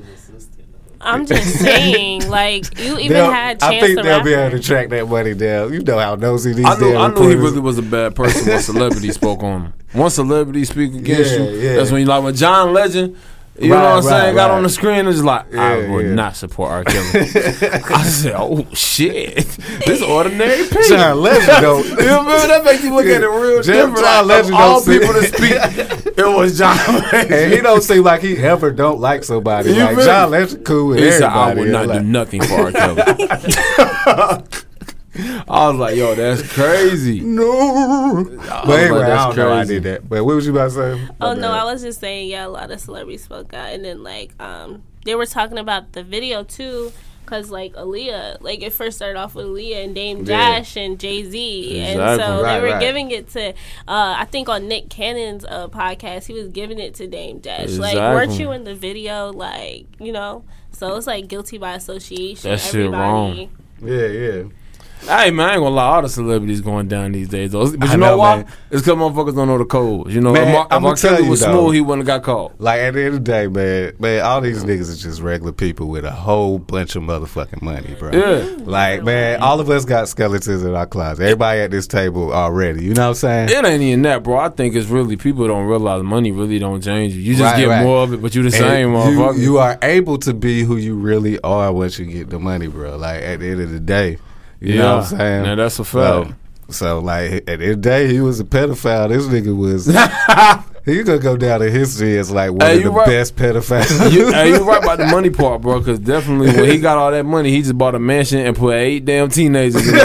Speaker 1: I'm just saying, like you even
Speaker 2: They'll-
Speaker 1: had
Speaker 2: I
Speaker 1: chance
Speaker 2: think
Speaker 1: to
Speaker 2: they'll
Speaker 1: rap.
Speaker 2: be able to track that money down. You know how nosy these
Speaker 3: I knew,
Speaker 2: damn
Speaker 3: I knew he
Speaker 2: reporters-
Speaker 3: really was a bad person when celebrity spoke on him. Once celebrity speak against
Speaker 2: Yeah,
Speaker 3: you,
Speaker 2: yeah.
Speaker 3: that's when you like when John Legend, you know
Speaker 2: Right,
Speaker 3: what I'm saying,
Speaker 2: right,
Speaker 3: got
Speaker 2: right.
Speaker 3: on the screen and just like, I
Speaker 2: Yeah,
Speaker 3: would
Speaker 2: yeah.
Speaker 3: not support R. Kelly. I said, oh shit, this ordinary people.
Speaker 2: John Legend though.
Speaker 3: You know what I mean? That makes you look at it real
Speaker 2: John-
Speaker 3: different.
Speaker 2: John
Speaker 3: Like,
Speaker 2: Legend
Speaker 3: of all
Speaker 2: don't see-
Speaker 3: people to speak, it was John Legend.
Speaker 2: And he don't seem like he ever don't like somebody.
Speaker 3: You
Speaker 2: like
Speaker 3: feel
Speaker 2: John
Speaker 3: me?
Speaker 2: Legend cool with
Speaker 3: He said, I
Speaker 2: everybody.
Speaker 3: would
Speaker 2: It's
Speaker 3: not
Speaker 2: like-
Speaker 3: do nothing for R. Kelly. I was like, yo, that's crazy.
Speaker 2: No. But anyway,
Speaker 3: like, Oh, that's
Speaker 2: I don't know why I
Speaker 3: crazy.
Speaker 2: did that. But what was you about to say?
Speaker 1: Oh no, I was just saying, yeah, a lot of celebrities spoke out, and then like um, they were talking about the video too, cause like Aaliyah, like it first started off with Aaliyah and Dame
Speaker 2: Yeah.
Speaker 1: Dash and Jay Z, and
Speaker 3: Exactly.
Speaker 1: so
Speaker 2: Right,
Speaker 1: they were
Speaker 2: right.
Speaker 1: giving it to, uh, I think on Nick Cannon's uh, podcast, he was giving it to Dame Dash. Like, weren't
Speaker 3: Exactly.
Speaker 1: you in the video? Like, you know, so it's like guilty by association.
Speaker 3: That shit wrong.
Speaker 1: everybody.
Speaker 2: Yeah, yeah.
Speaker 3: Hey man, I ain't gonna lie, all the celebrities going down these days though. But
Speaker 2: I
Speaker 3: you know,
Speaker 2: know,
Speaker 3: why?
Speaker 2: man.
Speaker 3: It's because motherfuckers don't know the codes. You know,
Speaker 2: Man,
Speaker 3: if Mark, if
Speaker 2: I'ma
Speaker 3: R. Kelly
Speaker 2: tell you,
Speaker 3: was
Speaker 2: though.
Speaker 3: smooth, he wouldn't have got caught.
Speaker 2: Like at the end of the day, man, man, all these niggas is just regular people with a whole bunch of motherfucking money, bro.
Speaker 3: Yeah.
Speaker 2: Like, man, all of us got skeletons in our closet. Everybody at this table already. You know what I'm saying?
Speaker 3: It ain't even that, bro. I think it's really people don't realize money really don't change you. You just
Speaker 2: Right,
Speaker 3: get
Speaker 2: right.
Speaker 3: more of it, but you the same,
Speaker 2: And you,
Speaker 3: motherfucker.
Speaker 2: you are able to be who you really are once you get the money, bro. Like at the end of the day. You know what I'm saying?
Speaker 3: Now that's a fact.
Speaker 2: So, so like at the end of the day, he was a pedophile. This nigga was. He gonna go down in history as like one
Speaker 3: Hey,
Speaker 2: of
Speaker 3: you
Speaker 2: the
Speaker 3: right.
Speaker 2: best pedophiles.
Speaker 3: you, hey, you right about the money part, bro. Because definitely when he got all that money, he just bought a mansion and put eight damn teenagers in that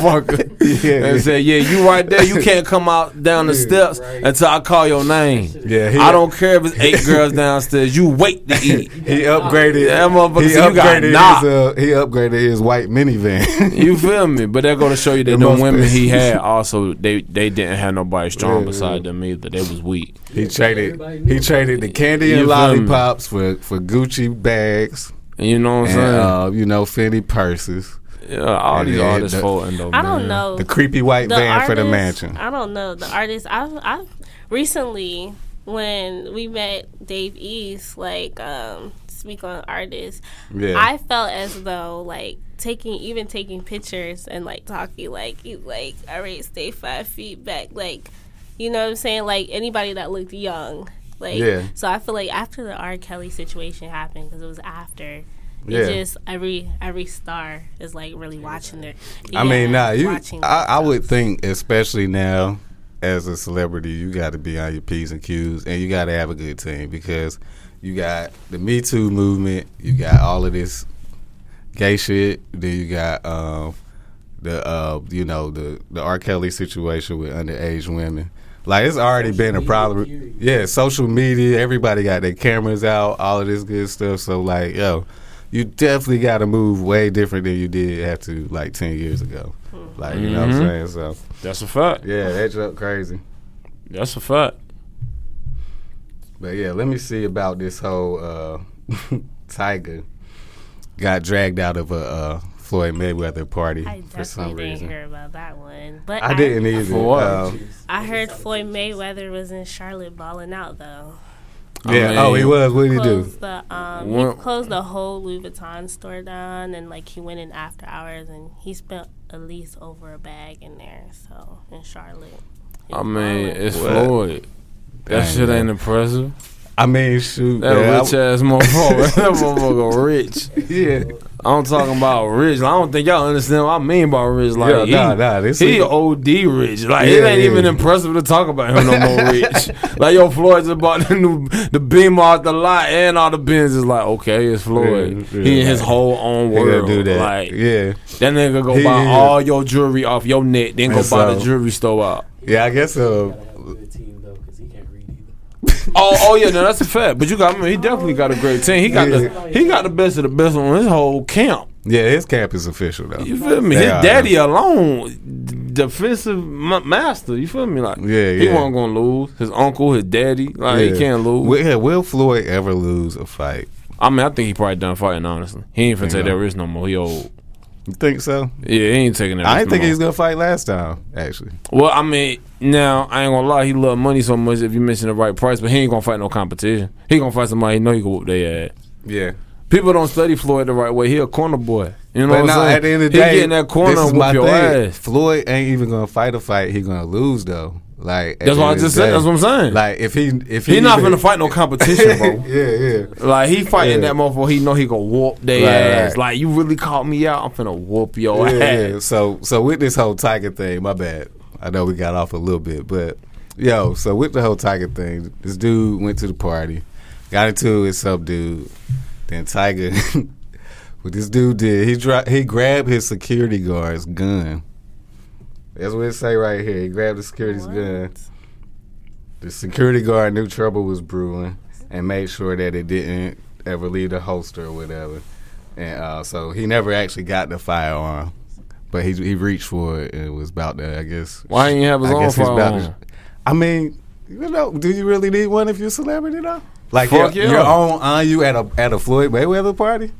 Speaker 3: motherfucker.
Speaker 2: Yeah.
Speaker 3: and said, "Yeah, you right there. You can't come out down the
Speaker 2: Yeah,
Speaker 3: steps
Speaker 4: right.
Speaker 3: until I call your name.
Speaker 2: yeah, he,
Speaker 3: I don't care if it's eight girls downstairs. You wait to eat.
Speaker 2: He upgraded.
Speaker 3: That motherfucker
Speaker 2: he
Speaker 3: said you got
Speaker 2: upgraded
Speaker 3: knocked.
Speaker 2: his. Uh, he upgraded his white minivan.
Speaker 3: You feel me? But they're gonna show you that
Speaker 2: It
Speaker 3: the
Speaker 2: must
Speaker 3: women
Speaker 2: be.
Speaker 3: he had also they they didn't have nobody strong
Speaker 2: Yeah.
Speaker 3: beside them either. They was weak.
Speaker 2: he traded. He traded the candy
Speaker 3: You
Speaker 2: and
Speaker 3: feel me?
Speaker 2: lollipops for for Gucci bags
Speaker 3: You know what I'm
Speaker 2: and uh, you know Fendi purses.
Speaker 3: saying? Yeah, all
Speaker 2: and
Speaker 3: these
Speaker 2: it-
Speaker 3: artists
Speaker 2: the-
Speaker 3: folding though.
Speaker 1: I don't
Speaker 3: man.
Speaker 1: know.
Speaker 2: The creepy white
Speaker 1: the
Speaker 2: van for the
Speaker 1: artist-
Speaker 2: mansion.
Speaker 1: I don't know the artist. I I recently when we met Dave East, like um, speak on artists.
Speaker 2: Yeah.
Speaker 1: I felt as though like taking even taking pictures and like talking like you like all right, stay five feet back, like you know what I'm saying, like anybody that looked young. Like,
Speaker 2: Yeah.
Speaker 1: So I feel like after the R. Kelly situation happened, because it was after,
Speaker 2: Yeah.
Speaker 1: it's just every every star is like really watching their.
Speaker 2: I mean,
Speaker 1: yeah,
Speaker 2: nah, you.
Speaker 1: watching
Speaker 2: I, I would think, especially now, as a celebrity, you got to be on your p's and q's, and you got to have a good team because you got the Me Too movement, you got all of this gay shit, then you got um, the uh, you know the the R. Kelly situation with underage women. Like it's already
Speaker 4: Social
Speaker 2: been a
Speaker 4: media,
Speaker 2: problem.
Speaker 4: period.
Speaker 2: Yeah, social media. Everybody got their cameras out. All of this good stuff. So like, yo, you definitely got to move way different than you did have to like ten years ago.
Speaker 1: Hmm.
Speaker 2: Like you know what I'm
Speaker 3: Mm-hmm.
Speaker 2: saying. So
Speaker 3: That's a fact.
Speaker 2: yeah, that's up crazy.
Speaker 3: That's a fact.
Speaker 2: But yeah, let me see about this whole uh, Tiger got dragged out of a uh, Floyd Mayweather party
Speaker 1: I
Speaker 2: for some
Speaker 1: definitely didn't
Speaker 2: reason.
Speaker 1: hear about that one. But
Speaker 2: I didn't either.
Speaker 3: For what?
Speaker 2: Um,
Speaker 1: I heard Floyd Mayweather was in Charlotte balling out though.
Speaker 2: yeah.
Speaker 3: mean,
Speaker 2: oh, he was. What did he do?
Speaker 1: Closed the um, he
Speaker 3: What-
Speaker 1: closed the whole Louis Vuitton store down, and like he went in after hours, and he spent at least over a bag in there. So in Charlotte.
Speaker 3: I mean, it's
Speaker 2: What?
Speaker 3: Floyd. That
Speaker 2: Dang,
Speaker 3: shit
Speaker 2: man.
Speaker 3: ain't impressive.
Speaker 2: I mean, shoot,
Speaker 3: That
Speaker 2: man, I-
Speaker 3: rich ass motherfucker. that motherfucker rich.
Speaker 2: yeah,
Speaker 3: I'm talking about rich. I don't think y'all understand what I mean by rich. Like
Speaker 2: Yeah,
Speaker 3: he,
Speaker 2: nah, nah, this
Speaker 3: he
Speaker 2: is-
Speaker 3: OD rich. Like it
Speaker 2: Yeah,
Speaker 3: ain't
Speaker 2: yeah.
Speaker 3: even impressive to talk about him no more rich. like yo, Floyd's about the new the beam out the lot and all the bins is like okay, it's Floyd.
Speaker 2: Yeah, yeah,
Speaker 3: he in his
Speaker 2: like,
Speaker 3: whole own
Speaker 2: he gonna
Speaker 3: world.
Speaker 2: do that.
Speaker 3: Like
Speaker 2: yeah,
Speaker 3: that nigga go
Speaker 2: He
Speaker 3: buy
Speaker 2: is.
Speaker 3: all your jewelry off your neck, then go
Speaker 2: And
Speaker 3: buy the
Speaker 2: so-
Speaker 3: jewelry store out.
Speaker 2: yeah. I guess
Speaker 4: You
Speaker 2: uh,
Speaker 4: gotta have a good team though, because he can't read either.
Speaker 3: Oh, oh yeah, no, that's a fact. But you got, I mean, he definitely got a great team. He got
Speaker 4: Yeah.
Speaker 3: the he got the best of the best on his whole camp.
Speaker 2: yeah. His camp is official though.
Speaker 3: You feel me?
Speaker 2: They
Speaker 3: His
Speaker 2: are.
Speaker 3: daddy alone, d- defensive ma- master. You feel me? Like,
Speaker 2: Yeah,
Speaker 3: he
Speaker 2: yeah.
Speaker 3: wasn't gonna lose. His uncle, his daddy, like
Speaker 2: Yeah.
Speaker 3: Uh, he can't lose.
Speaker 2: Will, yeah, will Floyd ever lose a fight?
Speaker 3: I mean, I think he probably done fighting. Honestly, he ain't finna
Speaker 2: Yeah.
Speaker 3: take that risk no more. He old.
Speaker 2: You think so?
Speaker 3: Yeah, he ain't taking that.
Speaker 2: I
Speaker 3: risk
Speaker 2: didn't think
Speaker 3: no
Speaker 2: he
Speaker 3: more.
Speaker 2: was gonna fight last time. Actually,
Speaker 3: Well, I mean, now I ain't gonna lie, he love money so much. If you mention the right price, but he ain't gonna fight no competition. He gonna fight somebody he know he can whoop their ass.
Speaker 2: yeah.
Speaker 3: People don't study Floyd the right way. He a corner boy. You
Speaker 2: But
Speaker 3: know what I'm
Speaker 2: now,
Speaker 3: saying?
Speaker 2: at the end of the
Speaker 3: he
Speaker 2: day,
Speaker 3: get in that corner
Speaker 2: this is
Speaker 3: and
Speaker 2: my
Speaker 3: whoop your
Speaker 2: thing.
Speaker 3: ass.
Speaker 2: Floyd ain't even gonna fight a fight. He gonna lose though. Like at
Speaker 3: That's
Speaker 2: the
Speaker 3: what I
Speaker 2: end of
Speaker 3: just
Speaker 2: the
Speaker 3: said.
Speaker 2: day.
Speaker 3: That's what I'm saying.
Speaker 2: Like if he if
Speaker 3: he not
Speaker 2: even-
Speaker 3: finna fight no competition, bro.
Speaker 2: yeah, yeah.
Speaker 3: Like he fighting
Speaker 2: Yeah.
Speaker 3: that motherfucker, he know he gonna whoop their
Speaker 2: Right,
Speaker 3: ass.
Speaker 2: right.
Speaker 3: Like you really called me out, I'm finna whoop your
Speaker 2: yeah, yeah.
Speaker 3: ass.
Speaker 2: So so with this whole Tiger thing, my bad. I know we got off a little bit, but yo, so with the whole Tiger thing, this dude went to the party, got into it with some dude. Then Tiger, what this dude did, he dro- he grabbed his security guard's gun. That's what it say right here. He grabbed the security's
Speaker 1: What?
Speaker 2: gun. The security guard knew trouble was brewing and made sure that it didn't ever leave the holster or whatever. And uh, so he never actually got the firearm, but he he reached for it and was about to, I guess.
Speaker 3: Why didn't he have his
Speaker 2: I
Speaker 3: own
Speaker 2: guess he was about to-
Speaker 3: firearm?
Speaker 2: I mean, you know, do you really need one if you're a celebrity though? Like
Speaker 3: Fuck
Speaker 2: your,
Speaker 3: yeah.
Speaker 2: your own on you at a at a Floyd Mayweather party?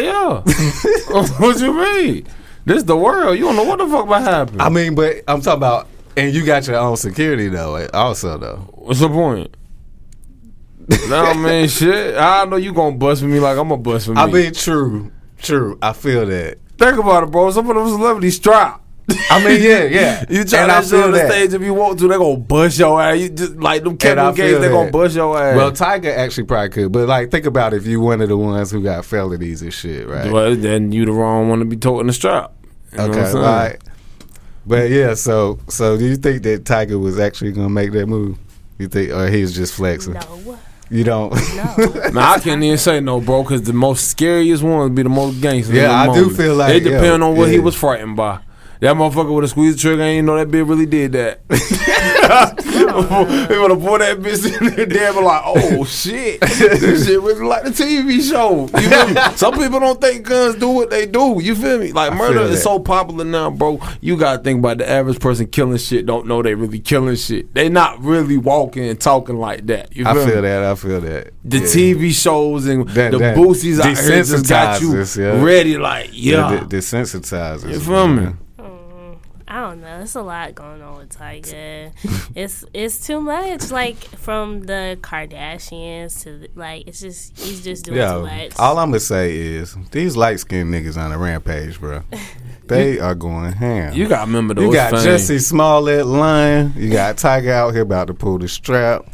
Speaker 3: yeah. what you mean? This the world. You don't know what the fuck about happen.
Speaker 2: I mean, but I'm talking about, and you got your own security though, also though.
Speaker 3: What's the point? no man, shit. I know you gonna bust with me like I'm gonna bust with me.
Speaker 2: I mean, true, true. I feel that.
Speaker 3: think about it, bro. Some of them celebrities strap.
Speaker 2: I mean, yeah, yeah.
Speaker 3: You
Speaker 2: And
Speaker 3: try
Speaker 2: I
Speaker 3: to show
Speaker 2: feel
Speaker 3: on the
Speaker 2: that.
Speaker 3: stage if you want to, they gonna bust your ass. You just like them
Speaker 2: I
Speaker 3: Kevin Gates,
Speaker 2: feel
Speaker 3: they gonna
Speaker 2: that.
Speaker 3: bust your ass.
Speaker 2: Well, Tiger actually probably could, but like, think about if you one of the ones who got felonies and shit, right?
Speaker 3: Well, then you the wrong one to be toting the strap. You know what I'm
Speaker 2: okay,
Speaker 3: saying?
Speaker 2: right. But yeah, so so do you think that Tiger was actually gonna make that move? You think, or he was just flexing?
Speaker 1: No,
Speaker 2: You don't?
Speaker 1: no.
Speaker 3: Nah, I can't even say no, bro, because the most scariest ones be the most gangster. in
Speaker 2: Yeah,
Speaker 3: the
Speaker 2: I do
Speaker 3: moment.
Speaker 2: feel like,
Speaker 3: it depend
Speaker 2: yo,
Speaker 3: on what he
Speaker 2: yeah.
Speaker 3: was frightened by. That motherfucker would have squeezed the trigger. I ain't know that bitch really did that. he would have pulled that bitch in there, damn, like, oh shit, this shit was like the TV show. You feel me? Some people don't think guns do what they do. You feel me? Like
Speaker 2: I
Speaker 3: murder
Speaker 2: feel
Speaker 3: is
Speaker 2: that.
Speaker 3: so popular now, bro. You gotta think about the average person killing shit. Don't know they really killing shit. They not really walking and talking like that. You
Speaker 2: I
Speaker 3: feel me?
Speaker 2: feel that. I feel that.
Speaker 3: the
Speaker 2: Yeah.
Speaker 3: TV shows and
Speaker 2: That-
Speaker 3: the
Speaker 2: that
Speaker 3: boosies out here just got you
Speaker 2: desensitizes, yeah.
Speaker 3: ready, like yeah.
Speaker 2: Yeah, de- desensitizes.
Speaker 3: you feel me?
Speaker 1: Mm, I don't know. It's a lot going on with Tiger. it's it's too much. Like from the Kardashians to the, like, it's just he's just doing too
Speaker 2: Yeah.
Speaker 1: much.
Speaker 2: All I'm gonna say is these light skinned niggas on a rampage, bro. They are going ham.
Speaker 3: You got to remember those
Speaker 2: You got
Speaker 3: things.
Speaker 2: Jesse Smollett lying. You got Tiger out here about to pull the strap.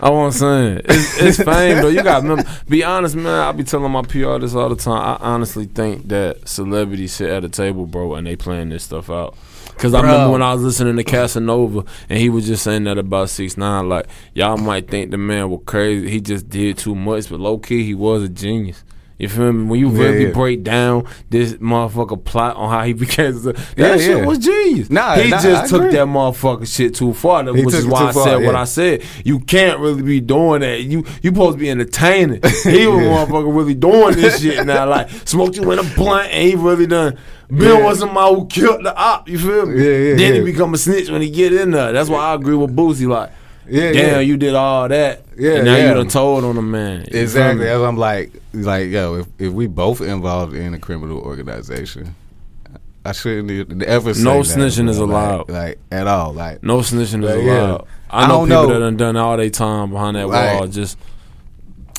Speaker 3: I want saying it's, it's fame though. You got to remember. Be honest, man. I be telling my PR this all the time. I honestly think that celebrities sit at a table, bro, and they playing this stuff out. Cause I
Speaker 2: Bro.
Speaker 3: remember when I was listening to Casanova, and he was just saying that about six nine. Like y'all might think the man was crazy. He just did too much, but low key he was a genius. You feel me? When you
Speaker 2: Yeah,
Speaker 3: really
Speaker 2: yeah.
Speaker 3: break down this motherfucker plot on how he became, that
Speaker 2: Yeah,
Speaker 3: shit
Speaker 2: yeah.
Speaker 3: was genius.
Speaker 2: Nah,
Speaker 3: he
Speaker 2: nah,
Speaker 3: just
Speaker 2: I
Speaker 3: took
Speaker 2: agree.
Speaker 3: that motherfucker shit too far,
Speaker 2: He
Speaker 3: which
Speaker 2: took
Speaker 3: is
Speaker 2: it
Speaker 3: why
Speaker 2: too
Speaker 3: I
Speaker 2: far,
Speaker 3: said what
Speaker 2: yeah.
Speaker 3: I said. You can't really be doing that. You you supposed to be entertaining. He was
Speaker 2: Yeah.
Speaker 3: motherfucker really doing this shit now. Like smoked you in a blunt, and he really done. Bill
Speaker 2: Yeah.
Speaker 3: was somebody who killed the op. You feel me?
Speaker 2: Yeah, yeah,
Speaker 3: Then
Speaker 2: yeah.
Speaker 3: he become a snitch when he get in there. That's why I agree with Boosie. Like,
Speaker 2: Yeah,
Speaker 3: damn,
Speaker 2: yeah.
Speaker 3: you did all that.
Speaker 2: Yeah,
Speaker 3: and now
Speaker 2: yeah.
Speaker 3: you done told on a man. You feel
Speaker 2: Exactly.
Speaker 3: me?
Speaker 2: That's what I'm like, like yo, if, if we both involved in a criminal organization, I shouldn't e- ever say
Speaker 3: No
Speaker 2: that,
Speaker 3: snitching
Speaker 2: bro.
Speaker 3: is
Speaker 2: Like-
Speaker 3: allowed.
Speaker 2: like at all. Like
Speaker 3: No snitching
Speaker 2: Yeah,
Speaker 3: is
Speaker 2: yeah.
Speaker 3: allowed.
Speaker 2: I
Speaker 3: I know
Speaker 2: don't
Speaker 3: people
Speaker 2: know.
Speaker 3: that done done all their time behind that
Speaker 2: Right.
Speaker 3: wall. Just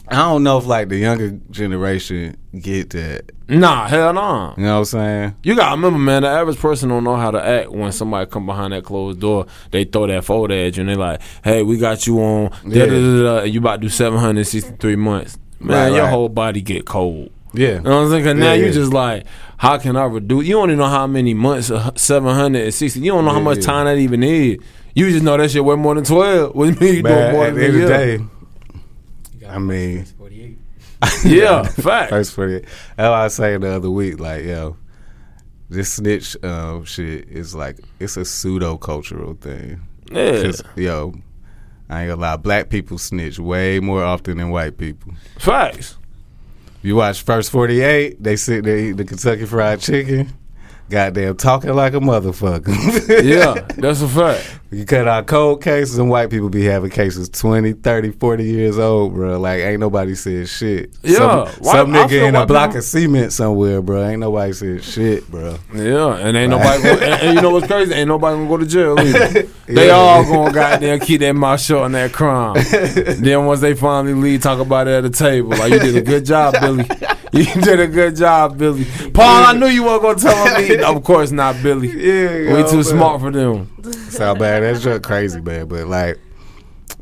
Speaker 2: I don't know if like the younger generation get that.
Speaker 3: Nah, hell no.
Speaker 2: You know what I'm saying?
Speaker 3: You gotta remember, man. The average person don't know how to act when somebody come behind that closed door. They throw that folder at you and they like, "Hey, we got you on." Da, da,
Speaker 2: Yeah.
Speaker 3: da, da, and you about to do seven hundred sixty three months, man.
Speaker 2: Right,
Speaker 3: your
Speaker 2: right.
Speaker 3: whole body get cold.
Speaker 2: Yeah.
Speaker 3: You know what I'm saying? 'Cause now
Speaker 2: Yeah,
Speaker 3: you
Speaker 2: yeah.
Speaker 3: just like, how can I reduce? You don't even know how many months, seven hundred and sixty. You don't know how
Speaker 2: Yeah,
Speaker 3: much
Speaker 2: yeah.
Speaker 3: time that even is. You just know that shit way more than twelve. What do you mean you doing
Speaker 2: Man,
Speaker 3: more
Speaker 2: at
Speaker 3: than
Speaker 2: the end of the
Speaker 3: a year?
Speaker 2: day,
Speaker 4: You got
Speaker 2: I mean-
Speaker 4: first 48.
Speaker 3: Yeah, fact.
Speaker 2: first for it. That's what I was saying the other week. Like, yo, this snitch um, shit is like it's a pseudo cultural thing.
Speaker 3: Yeah,
Speaker 2: 'Cause, yo, I ain't gonna lie. Black people snitch way more often than white people.
Speaker 3: facts.
Speaker 2: You watch First Forty Eight. They sit there eating the Kentucky Fried Chicken. Goddamn, talking like a motherfucker.
Speaker 3: Yeah, that's a fact.
Speaker 2: You cut out cold cases, and white people be having cases 20, 30, 40 years old, bro. Like, ain't nobody said shit.
Speaker 3: Yeah,
Speaker 2: Some,
Speaker 3: why-
Speaker 2: some
Speaker 3: I feel
Speaker 2: nigga in
Speaker 3: why
Speaker 2: a block
Speaker 3: people-
Speaker 2: of cement somewhere, bro. Ain't nobody said shit, bro.
Speaker 3: Yeah, and ain't nobody. and, and you know what's crazy? Ain't nobody gonna go to jail either. They
Speaker 2: Yeah.
Speaker 3: all gonna goddamn keep their mouth shut on that crime. then once they finally leave, talk about it at the table. Like you did a good job, Billy. You did a good job, Billy. Paul, I knew you weren't gonna tell him. Me. Of course not, Billy.
Speaker 2: Yeah, oh,
Speaker 3: We too smart for them.
Speaker 2: So bad. That's just crazy, man. But like,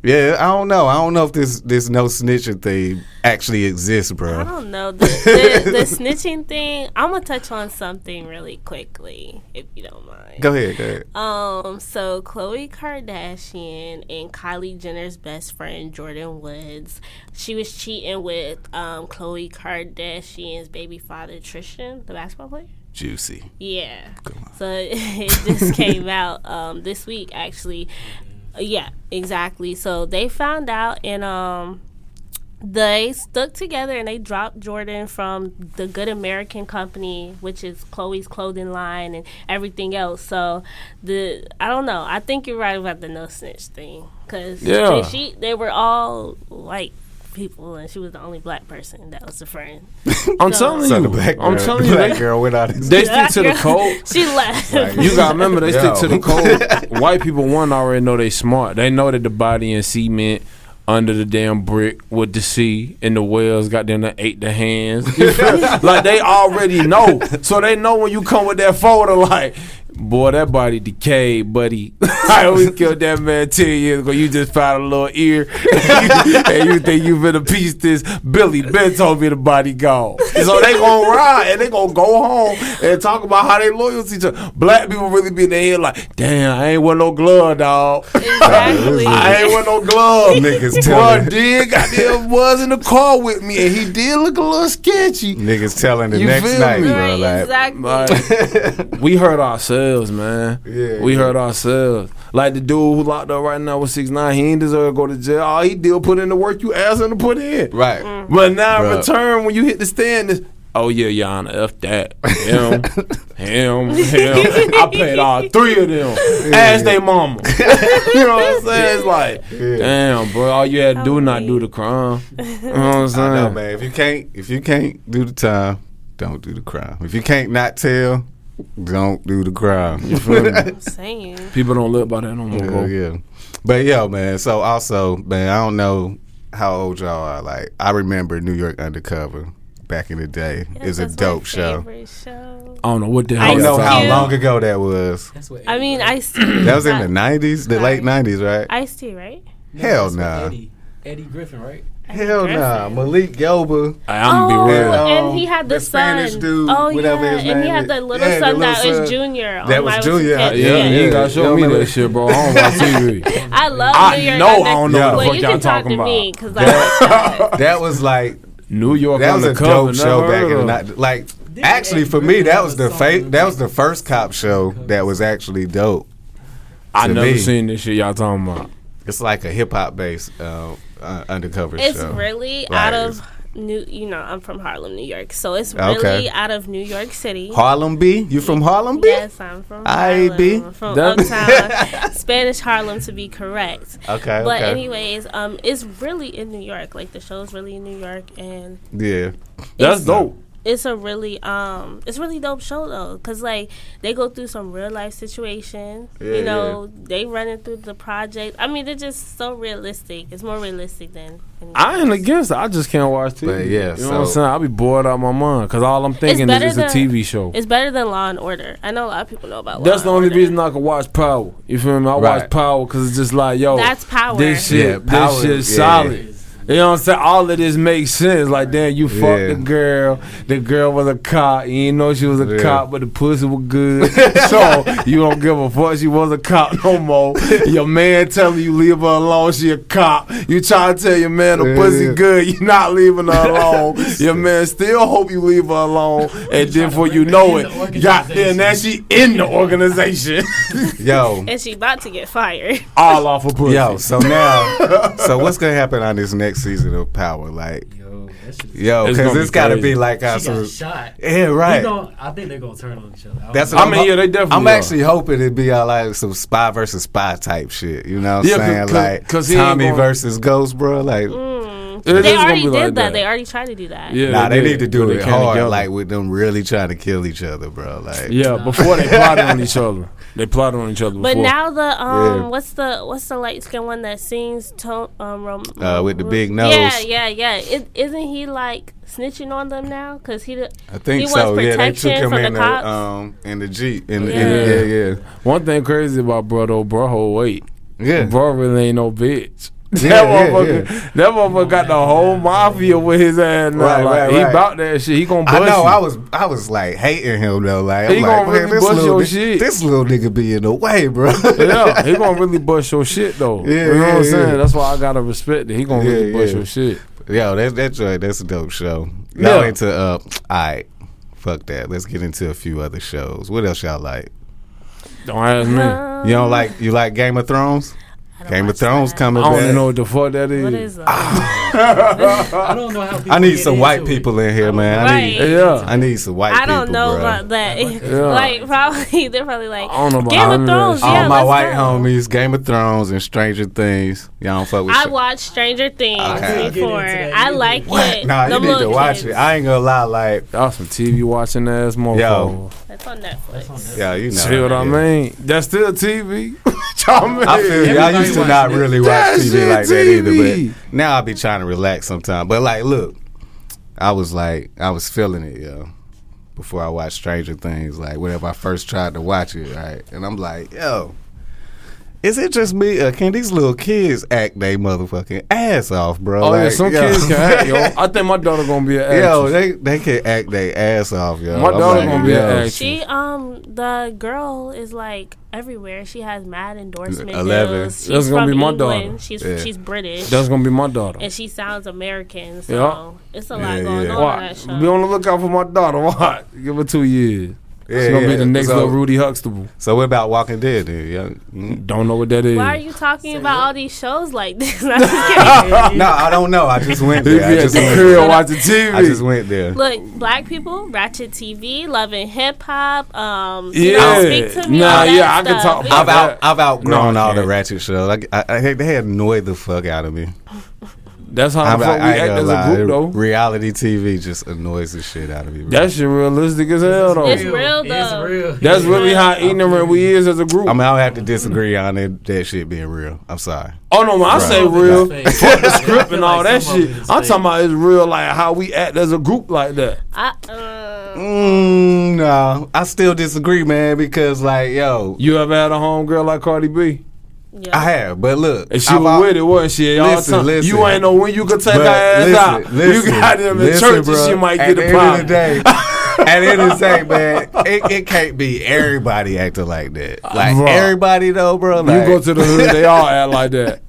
Speaker 2: yeah, I don't know. I don't know if this this no snitching thing actually exists,
Speaker 1: I
Speaker 2: bro.
Speaker 1: don't know. The, the, the snitching thing, I'm going to touch on something really quickly, if you don't mind.
Speaker 2: Go ahead, go ahead.
Speaker 1: Um, so Khloe Kardashian and Kylie Jenner's best friend Jordan Woods, she was cheating with um Khloe Kardashian's baby father Tristan, the basketball player.
Speaker 2: Juicy.
Speaker 1: Yeah. So it just came out um this week actually. Yeah, exactly. So they found out and um they stuck together and they dropped Jordan from the Good American Company, which is Chloe's clothing line and everything else. So the I don't know. I think you're right about the no snitch thing because
Speaker 3: Yeah.
Speaker 1: she they were all white people and she was the only black person that was a friend.
Speaker 3: I'm
Speaker 1: So-
Speaker 3: telling
Speaker 2: So the
Speaker 3: you.
Speaker 2: black girl,
Speaker 3: I'm telling
Speaker 2: the
Speaker 3: you.
Speaker 2: black
Speaker 3: They,
Speaker 2: girl went out.
Speaker 3: they stick to the code.
Speaker 1: she left.
Speaker 2: Like,
Speaker 3: You gotta remember they stick
Speaker 2: Yo.
Speaker 3: to the code. White people one already know they smart. They know that the body in cement under the damn brick with the sea and the whales got them that ate the hands. You feel me? like they already know. So they know when you come with that folder like Boy, that body decayed, buddy. I always killed that man ten years ago. You just found a little ear, and you think you finna piece this? Billy Ben told me the body gone, so they gonna ride and they gonna go home and talk about how they loyal to each other. Black people really be in their head like, damn, I ain't wear no glove, dog.
Speaker 1: exactly.
Speaker 3: I ain't wear no glove.
Speaker 2: Niggas
Speaker 3: Bro,
Speaker 2: telling-
Speaker 3: did goddamn was in the car with me, and he did look a little sketchy.
Speaker 2: Niggas telling the
Speaker 3: You
Speaker 2: next
Speaker 3: feel
Speaker 2: night,
Speaker 3: me?
Speaker 2: bro.
Speaker 1: Right,
Speaker 2: Like,
Speaker 1: exactly.
Speaker 3: Like, we hurt ourselves, man.
Speaker 2: Yeah,
Speaker 3: we
Speaker 2: yeah.
Speaker 3: hurt ourselves. Like the dude who locked up right now with six nine, he ain't deserve to go to jail. All he did was put in the work you asked him to put in.
Speaker 2: right.
Speaker 1: Mm.
Speaker 3: But now in
Speaker 2: Bruh.
Speaker 3: return, when you hit the stand, it's, oh yeah, Your Honor, f that him, him, him. I paid all three of them. Ask they mama. you know what I'm saying? It's like,
Speaker 2: Yeah.
Speaker 3: damn, bro. All you had to do is not
Speaker 1: Okay.
Speaker 3: do the crime. You know what I'm
Speaker 2: I know,
Speaker 3: saying?
Speaker 2: man. If you can't, if you can't do the time, don't do the crime. If you can't not tell, don't do the crime.
Speaker 3: You feel me?
Speaker 1: I'm saying.
Speaker 3: People don't live by that no more.
Speaker 2: yeah,
Speaker 3: bro.
Speaker 2: yeah. But yo, man. So also, man, I don't know how old y'all are. Like, I remember New York Undercover back in the day. It's a
Speaker 1: That's my
Speaker 2: dope show.
Speaker 1: favorite show.
Speaker 3: I don't know what the hell.
Speaker 2: I don't
Speaker 1: Ice
Speaker 2: know how
Speaker 1: Cube.
Speaker 2: long ago that was.
Speaker 4: That's what
Speaker 1: I mean,
Speaker 4: everybody-
Speaker 1: I see.
Speaker 2: That was in the nineties, the late nineties, right?
Speaker 1: Ice T, right?
Speaker 4: No,
Speaker 2: Hell
Speaker 4: that's what
Speaker 2: nah.
Speaker 4: Eddie, Eddie Griffin, right?
Speaker 2: Hell nah, Malik Gelba.
Speaker 3: I'm gonna
Speaker 1: oh,
Speaker 3: be real.
Speaker 2: Yeah.
Speaker 1: and he had the,
Speaker 2: The
Speaker 1: son.
Speaker 2: Spanish dude,
Speaker 1: oh
Speaker 2: whatever
Speaker 1: yeah,
Speaker 2: his
Speaker 1: and he
Speaker 2: name
Speaker 1: had the
Speaker 2: is.
Speaker 1: little
Speaker 2: Yeah, the
Speaker 1: son
Speaker 2: little
Speaker 1: that was
Speaker 2: son.
Speaker 1: Junior.
Speaker 2: That
Speaker 1: on
Speaker 2: was
Speaker 1: my
Speaker 2: Junior.
Speaker 1: Wicked.
Speaker 3: Yeah,
Speaker 2: Yeah,
Speaker 3: you ain't
Speaker 2: yeah.
Speaker 3: gotta show
Speaker 2: Y'all
Speaker 3: me
Speaker 2: remember-
Speaker 3: that shit, bro. I don't watch TV.
Speaker 1: I love
Speaker 3: I
Speaker 1: New York.
Speaker 3: know I don't
Speaker 2: what
Speaker 3: know
Speaker 2: the
Speaker 1: Well,
Speaker 3: fuck
Speaker 1: you
Speaker 3: y'all
Speaker 1: can talk
Speaker 3: talking
Speaker 1: to me
Speaker 3: about.
Speaker 1: because I watch that.
Speaker 2: That was like
Speaker 3: New York
Speaker 2: that was a
Speaker 3: undercover.
Speaker 2: dope show
Speaker 3: never
Speaker 2: back
Speaker 3: heard
Speaker 2: in the
Speaker 3: of.
Speaker 2: night. Like
Speaker 4: Didn't
Speaker 2: actually,
Speaker 4: Eddie
Speaker 2: for me,
Speaker 4: Griffin
Speaker 2: that
Speaker 4: have
Speaker 2: was
Speaker 4: a
Speaker 2: the
Speaker 4: song
Speaker 2: fa-
Speaker 4: with
Speaker 2: that was the first cop show that was actually dope.
Speaker 3: I
Speaker 2: to
Speaker 3: never
Speaker 2: me.
Speaker 3: seen this shit y'all talking about.
Speaker 2: It's like a hip hop based uh, uh, undercover
Speaker 1: It's
Speaker 2: show.
Speaker 1: really
Speaker 2: Right.
Speaker 1: out of New. You know, I'm from Harlem, New York, so it's really
Speaker 2: Okay.
Speaker 1: out of New York City.
Speaker 2: Harlem B, you from Harlem B?
Speaker 1: Yes, I'm from
Speaker 2: I
Speaker 1: Harlem.
Speaker 2: be-
Speaker 1: From
Speaker 3: That-
Speaker 1: Uptown, Spanish Harlem to be correct.
Speaker 2: Okay,
Speaker 1: But
Speaker 2: okay.
Speaker 1: anyways, um, it's really in New York. Like the show's really in New York, and
Speaker 2: yeah,
Speaker 3: That's dope.
Speaker 1: it's a really um it's really dope show though because like they go through some real life situations
Speaker 2: Yeah,
Speaker 1: you know they running through the project i mean they're just so realistic it's more realistic than anything
Speaker 3: I ain't
Speaker 1: else.
Speaker 3: against it. I just can't watch TV.
Speaker 2: But yeah,
Speaker 3: you know what I'm
Speaker 2: so-
Speaker 3: saying. I'll be bored out my mind because all I'm thinking is
Speaker 1: better
Speaker 3: it's a
Speaker 1: than-
Speaker 3: TV show.
Speaker 1: it's better than law and order i know a lot of people know about
Speaker 3: That's the
Speaker 1: Law and
Speaker 3: only
Speaker 1: Order.
Speaker 3: reason I could watch Power. You feel me? I
Speaker 2: Right.
Speaker 3: watch Power because it's just like, yo,
Speaker 1: that's power
Speaker 3: this
Speaker 2: Yeah,
Speaker 3: shit,
Speaker 2: Power,
Speaker 3: this shit's
Speaker 2: yeah.
Speaker 3: solid. You know what I'm saying? All of this makes sense. Like, damn, you fucked
Speaker 2: Yeah.
Speaker 3: the girl. The girl was a cop. You didn't know she was a
Speaker 2: Yeah.
Speaker 3: cop, but the pussy was good. so you don't give a fuck. She was a cop no more. Your man telling you leave her alone. She a cop. You try to tell your man the
Speaker 2: Yeah,
Speaker 3: pussy
Speaker 2: yeah.
Speaker 3: good. You not leaving her alone. your man still hope you leave her alone. And then before you know
Speaker 4: in the
Speaker 3: it, goddamn, now she in the organization.
Speaker 2: Yo,
Speaker 1: and she about to get fired
Speaker 3: All off of pussy.
Speaker 2: yo. So now, so what's gonna happen on this next season of Power? Like,
Speaker 4: Yo, that shit. Yo,
Speaker 2: yo,
Speaker 3: It's
Speaker 2: because
Speaker 3: gonna be
Speaker 2: it's gotta
Speaker 3: crazy.
Speaker 2: be like
Speaker 4: she
Speaker 2: our.
Speaker 4: got shot.
Speaker 2: Yeah,
Speaker 4: They
Speaker 2: right.
Speaker 4: gon- I think they're gonna turn on each other.
Speaker 2: That's
Speaker 3: I
Speaker 2: what
Speaker 3: mean, yeah, they definitely.
Speaker 2: I'm
Speaker 3: are.
Speaker 2: actually hoping it'd be all like some spy versus spy type shit. You know what I'm
Speaker 3: Yeah, 'cause-
Speaker 2: saying?
Speaker 3: 'cause-
Speaker 2: like
Speaker 3: 'cause he ain't
Speaker 2: Tommy
Speaker 3: gonna-
Speaker 2: versus Ghost, bro. Like,
Speaker 1: Mm.
Speaker 3: It is
Speaker 1: they
Speaker 3: gonna
Speaker 1: already
Speaker 3: be
Speaker 1: did
Speaker 3: like
Speaker 1: that.
Speaker 3: that.
Speaker 1: they already tried to do that
Speaker 3: Yeah,
Speaker 2: nah, they
Speaker 3: did,
Speaker 2: need to
Speaker 3: but
Speaker 2: do
Speaker 3: they
Speaker 2: it
Speaker 3: came
Speaker 2: hard.
Speaker 3: together.
Speaker 2: Like with them really trying to kill each other, bro. Like,
Speaker 3: yeah, before they plotted on each other. They plotted on each other before.
Speaker 1: But now the um,
Speaker 2: Yeah.
Speaker 1: what's the what's the light skinned one that sings tone um rom-
Speaker 2: Uh, with the big
Speaker 1: Yeah,
Speaker 2: nose.
Speaker 1: yeah, yeah. It, isn't he like snitching on them now? Cause he the-
Speaker 2: I think
Speaker 1: He
Speaker 2: so.
Speaker 1: wants
Speaker 2: Yeah, they took
Speaker 1: protection
Speaker 2: him
Speaker 1: from
Speaker 2: in
Speaker 1: the
Speaker 2: the
Speaker 1: cops.
Speaker 2: um in the jeep. In the, yeah.
Speaker 3: Yeah.
Speaker 2: In the,
Speaker 3: one thing crazy about bro though, bro, hold wait,
Speaker 2: yeah, yeah, yeah.
Speaker 3: bro really ain't no bitch.
Speaker 2: Yeah,
Speaker 3: that
Speaker 2: yeah,
Speaker 3: motherfucker, that motherfucker got the whole mafia with his ass. Now.
Speaker 2: Right,
Speaker 3: like,
Speaker 2: right,
Speaker 3: He
Speaker 2: right.
Speaker 3: about that shit. He gonna bust
Speaker 2: I know.
Speaker 3: you.
Speaker 2: I was I was like hating him though. Like, I'm
Speaker 3: He
Speaker 2: like,
Speaker 3: gonna
Speaker 2: man,
Speaker 3: really
Speaker 2: this
Speaker 3: bust
Speaker 2: little
Speaker 3: your
Speaker 2: ni-
Speaker 3: shit.
Speaker 2: This little nigga be in the way, bro.
Speaker 3: yeah, he gonna really bust your shit though.
Speaker 2: Yeah,
Speaker 3: you know what
Speaker 2: yeah,
Speaker 3: I'm saying?
Speaker 2: yeah.
Speaker 3: That's why I gotta respect it. He gonna
Speaker 2: Yeah,
Speaker 3: really bust
Speaker 2: yeah.
Speaker 3: your shit.
Speaker 2: Yo, that that joint, that's a dope show. Y'all
Speaker 3: Yeah.
Speaker 2: into uh, all right, fuck that. Let's get into a few other shows. What else y'all like?
Speaker 3: Don't ask me.
Speaker 1: um,
Speaker 2: You don't like you like Game of Thrones?
Speaker 1: I don't
Speaker 2: Game of
Speaker 1: watch
Speaker 2: Thrones
Speaker 1: that.
Speaker 3: I
Speaker 2: coming
Speaker 3: don't
Speaker 2: back.
Speaker 3: even know what the fuck that is.
Speaker 1: What is that?
Speaker 4: I don't know how. People
Speaker 2: I need
Speaker 4: get
Speaker 2: some
Speaker 4: into
Speaker 2: white
Speaker 4: it.
Speaker 2: people in here, man. I need
Speaker 1: Right.
Speaker 3: Yeah.
Speaker 2: I need some white
Speaker 1: I don't
Speaker 2: people,
Speaker 1: know
Speaker 2: bro.
Speaker 1: about that.
Speaker 3: Yeah.
Speaker 1: like probably they're probably like
Speaker 3: I don't know about
Speaker 1: Game
Speaker 3: none
Speaker 1: of
Speaker 3: of
Speaker 1: Thrones.
Speaker 3: that
Speaker 2: All
Speaker 1: Yeah,
Speaker 2: my
Speaker 1: let's
Speaker 2: white
Speaker 1: go.
Speaker 2: homies, Game of Thrones and Stranger Things. Y'all don't fuck with
Speaker 1: I
Speaker 2: Stra-
Speaker 1: watched Stranger Things
Speaker 2: Okay. I couldn't
Speaker 4: get into
Speaker 1: before.
Speaker 4: that
Speaker 1: I
Speaker 4: either.
Speaker 1: like
Speaker 2: What?
Speaker 1: it.
Speaker 2: Nah, you
Speaker 1: Them
Speaker 2: need to
Speaker 1: little
Speaker 2: watch
Speaker 1: kids.
Speaker 2: it. I ain't gonna lie, like,
Speaker 3: Y'all some TV watching ass motherfucker.
Speaker 1: That's on
Speaker 4: That's on
Speaker 1: Netflix.
Speaker 4: Netflix.
Speaker 2: yeah, you know.
Speaker 3: See what I
Speaker 2: Yeah.
Speaker 3: mean? That's still TV. Y'all mean?
Speaker 2: I feel you. I
Speaker 4: Everybody
Speaker 2: used to
Speaker 4: watch
Speaker 2: not
Speaker 4: Netflix.
Speaker 2: really watch
Speaker 3: That
Speaker 2: TV
Speaker 3: shit
Speaker 2: like that
Speaker 3: TV.
Speaker 2: either, but now I be trying to relax sometimes. But like, look, I was like, I was feeling it, yo. Before I watched Stranger Things, like whenever I first tried to watch it, right, and I'm like, yo, is it just me? Or can these little kids act they motherfucking ass off, bro?
Speaker 3: Oh yeah,
Speaker 2: Like,
Speaker 3: some
Speaker 2: yo.
Speaker 3: kids can act, yo. I think my daughter gonna be an actress.
Speaker 2: Yo, they they can act they ass off, yo.
Speaker 3: My
Speaker 2: I'm
Speaker 3: daughter gonna be
Speaker 2: yo,
Speaker 3: an actress.
Speaker 1: She um the girl is like everywhere. She has mad endorsement
Speaker 2: Eleven.
Speaker 1: deals. She's
Speaker 3: That's gonna
Speaker 1: from
Speaker 3: be my
Speaker 1: England.
Speaker 3: daughter.
Speaker 1: She's
Speaker 2: Yeah.
Speaker 1: she's British
Speaker 3: That's gonna be my daughter.
Speaker 1: and she sounds American. So
Speaker 3: Yeah.
Speaker 1: it's a lot
Speaker 2: Yeah,
Speaker 1: going
Speaker 2: yeah.
Speaker 1: on in that
Speaker 3: Watch.
Speaker 1: show.
Speaker 3: Be on the lookout for my daughter. Watch. Give her two years.
Speaker 2: Yeah,
Speaker 3: She's gonna be
Speaker 2: yeah.
Speaker 3: the next
Speaker 2: so,
Speaker 3: little Rudy Huxtable.
Speaker 2: So what about Walking Dead, dude? Yo? Mm.
Speaker 3: Don't know what that is.
Speaker 1: Why are you talking about all these shows like this? I'm just kidding.
Speaker 2: No, I don't know. I just went
Speaker 3: He be
Speaker 2: there. I
Speaker 3: at
Speaker 2: just
Speaker 3: the
Speaker 2: went
Speaker 3: crib
Speaker 2: there.
Speaker 3: watching TV.
Speaker 2: I just went there.
Speaker 1: Look, black people, Ratchet TV, loving hip hop. Um,
Speaker 3: yeah.
Speaker 1: you know, speak to me.
Speaker 3: nah,
Speaker 1: all that
Speaker 3: yeah, I can
Speaker 1: stuff.
Speaker 3: talk
Speaker 1: Yeah.
Speaker 3: about
Speaker 2: I've out,
Speaker 3: that.
Speaker 2: I've outgrown
Speaker 3: No, I
Speaker 2: all the
Speaker 3: can't.
Speaker 2: ratchet shows. Like, I, I, they had annoyed the fuck out of me.
Speaker 3: That's how
Speaker 2: I'm
Speaker 3: the fuck
Speaker 2: like,
Speaker 3: Um,
Speaker 2: I
Speaker 3: we
Speaker 2: ain't
Speaker 3: act
Speaker 2: gonna
Speaker 3: as
Speaker 2: lie.
Speaker 3: a group, though.
Speaker 2: Reality TV just annoys the shit out of me. bro.
Speaker 3: that shit realistic as hell, though.
Speaker 1: It's real, though.
Speaker 4: It's real.
Speaker 3: That's really how ignorant we is as a group.
Speaker 2: I mean, I don't have to disagree on it, that shit being real. I'm sorry.
Speaker 3: oh no, when I
Speaker 2: Right.
Speaker 3: say
Speaker 2: Right.
Speaker 3: real,
Speaker 4: Right.
Speaker 3: fuck the script and
Speaker 4: Like
Speaker 3: all that
Speaker 4: some of
Speaker 3: shit.
Speaker 4: it is
Speaker 3: I'm
Speaker 4: fake.
Speaker 3: talking about it's real, like how we act as a group like that.
Speaker 1: I, uh,
Speaker 2: Mm, no, I still disagree, man. Because like, yo,
Speaker 3: You ever had a homegirl like Cardi B?
Speaker 1: yeah.
Speaker 2: I have, but look,
Speaker 3: And she
Speaker 2: I've al-
Speaker 3: was with it, wasn't she? Y'all
Speaker 2: Listen,
Speaker 3: time-
Speaker 2: listen.
Speaker 3: you ain't know when you could take her
Speaker 2: But
Speaker 3: ass
Speaker 2: listen,
Speaker 3: out.
Speaker 2: listen,
Speaker 3: you got them in
Speaker 2: listen,
Speaker 3: church
Speaker 2: bro.
Speaker 3: and she might
Speaker 2: At
Speaker 3: get
Speaker 2: the
Speaker 3: a
Speaker 2: end
Speaker 3: pop.
Speaker 2: Of the day, at the end of the day, man, it, it can't be everybody acting like that. Like
Speaker 3: Uh, Bruh.
Speaker 2: everybody though, bro.
Speaker 3: You
Speaker 2: Like,
Speaker 3: go to the hood, they all act like that.